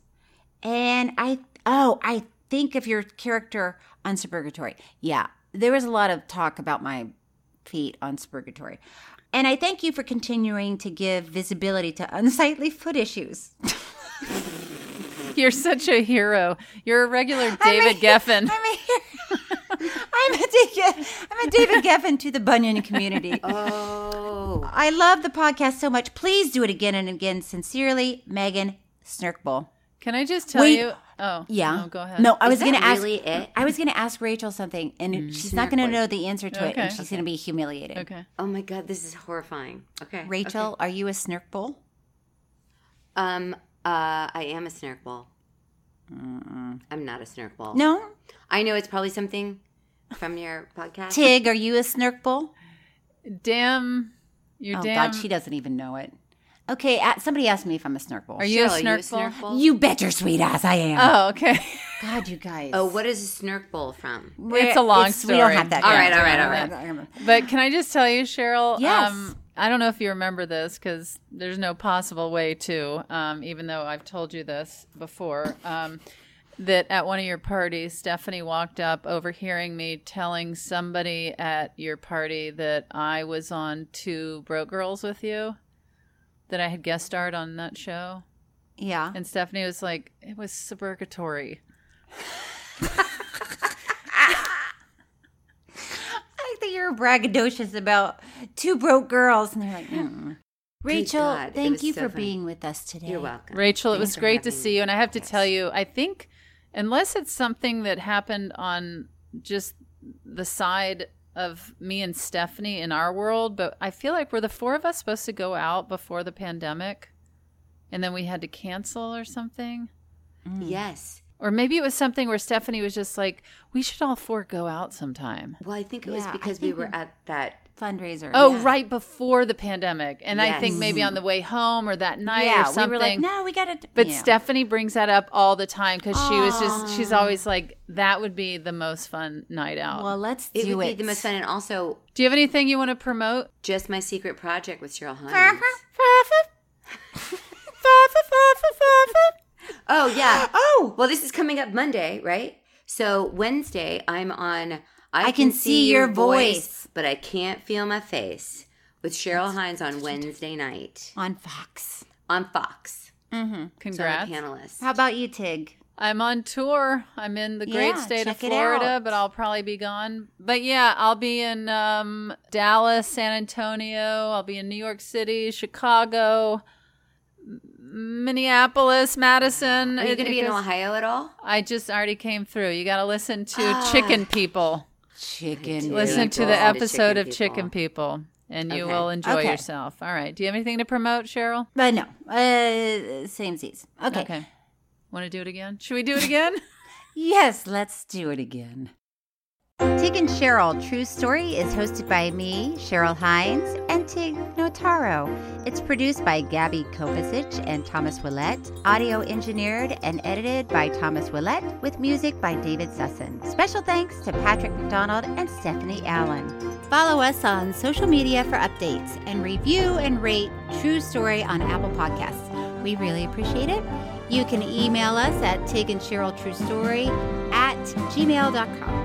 S8: and I oh I think of your character on Suburgatory. Yeah, there was a lot of talk about my feet on Suburgatory, and I thank you for continuing to give visibility to unsightly foot issues.
S3: You're such a hero. You're a regular
S8: I'm a-
S3: David Geffen.
S8: I'm a, I'm a, David, I'm a David Geffen to the Bunyan community.
S4: Oh,
S8: I love the podcast so much. Please do it again and again. Sincerely, Megan Snirkbull.
S3: Can I just tell
S8: Wait.
S3: you? Oh,
S8: Yeah.
S3: No, go ahead.
S8: No, I
S4: Is
S8: was
S4: that
S8: going to ask.
S4: really it?
S8: I was going to ask Rachel something, and she's not going to know the answer to it, and
S3: Mm-hmm. Okay.
S8: she's going to be humiliated.
S3: Okay.
S4: oh my God, this is horrifying. Okay,
S8: Rachel,
S4: okay.
S8: are you a Snirkbull?
S4: Um, uh, I am a snark ball. I'm not a snurk ball.
S8: No?
S4: I know it's probably something from your podcast.
S8: Tig, are you a snurk bull?
S3: Damn. You're
S8: oh,
S3: damn.
S8: God, she doesn't even know it. Okay, a somebody asked me if I'm a snurk bull.
S3: Are you a
S4: Cheryl,
S3: snurk bull?
S8: You bet your sweet ass I am.
S3: Oh, okay.
S8: God, you guys.
S4: Oh, what is a snurk bowl from?
S3: it's a long
S8: it's- we
S3: story.
S8: don't have that
S4: All
S8: Yeah.
S4: right, all right, all
S8: Yeah.
S4: right.
S3: But can I just tell you, Cheryl? um,
S8: Yes.
S3: I don't know if you remember this because there's no possible way to, um, even though I've told you this before, um, that at one of your parties, Stephanie walked up overhearing me telling somebody at your party that I was on two Broke Girls with you, that I had guest starred on that show.
S8: Yeah.
S3: And Stephanie was like, it was suburgatory.
S8: I like that you're braggadocious about two broke girls. And they're like, mm. Rachel,
S4: God, it
S8: thank
S4: was
S8: you
S4: so
S8: for
S4: funny.
S8: being with us today.
S4: You're welcome.
S3: Rachel, it was
S4: for
S3: great to
S4: having
S3: see you. And I have to tell you, I think, unless it's something that happened on just the side of me and Stephanie in our world, but I feel like we're the four of us supposed to go out before the pandemic and then we had to cancel or something.
S8: Mm.
S4: Yes.
S3: Or maybe it was something where Stephanie was just like, we should all four go out sometime.
S4: Well, I think it was
S8: Yeah, I
S4: because we
S8: think
S4: were
S8: we-
S4: at that
S8: Fundraiser.
S3: Oh,
S8: yeah.
S3: right before the pandemic. And I think
S4: Yes.
S3: maybe on the way home or that night
S8: Yeah,
S3: or something.
S8: we were like, no, we got to.
S3: But
S8: yeah.
S3: Stephanie brings that up all the time because she was just, she's always like, that would be the most fun night out.
S8: Well, let's
S4: It
S8: do
S4: would
S8: it.
S4: be the most fun, and also
S3: Do you have anything you want to promote?
S4: just my secret project with Cheryl Hines. oh yeah.
S8: Oh!
S4: Well, this is coming up Monday, right? So Wednesday, I'm on. I,
S8: I Can See Your Voice.
S4: but I can't feel my face with Cheryl Hines on Wednesday night
S8: On Fox.
S4: on Fox.
S8: Mm-hmm.
S3: Congrats.
S4: So I'm a panelist.
S8: How about you, Tig?
S3: I'm on tour. I'm in the great
S8: Yeah,
S3: state of
S8: check it
S3: Florida,
S8: out.
S3: but I'll probably be gone. But yeah, I'll be in um, Dallas, San Antonio. I'll be in New York City, Chicago, M- Minneapolis, Madison.
S4: Are you
S3: It-
S4: going to
S3: it
S4: be in
S3: goes-
S4: Ohio at all?
S3: I just already came through. You got to listen to
S4: Ah.
S3: Chicken People.
S4: people.
S3: Listen to
S8: Chicken.
S3: the
S4: Listen to
S3: episode
S4: Chicken
S3: of Chicken People, and you will
S4: Okay.
S3: enjoy
S8: Okay.
S3: yourself. All right. Do you have anything to promote, Cheryl?
S8: But no, uh, same seats. Okay.
S3: Want to do it again? Should we do it again?
S8: Yes, let's do it again. Tig and Cheryl True Story is hosted by me, Cheryl Hines, and Tig Notaro. It's produced by Gabby Kovacic and Thomas Willett, audio engineered and edited by Thomas Willett, with music by David Sussin. Special thanks to Patrick McDonald and Stephanie Allen. Follow us on social media for updates and review and rate True Story on Apple Podcasts. We really appreciate it. You can email us at Tig and Cheryl True Story at gmail.com.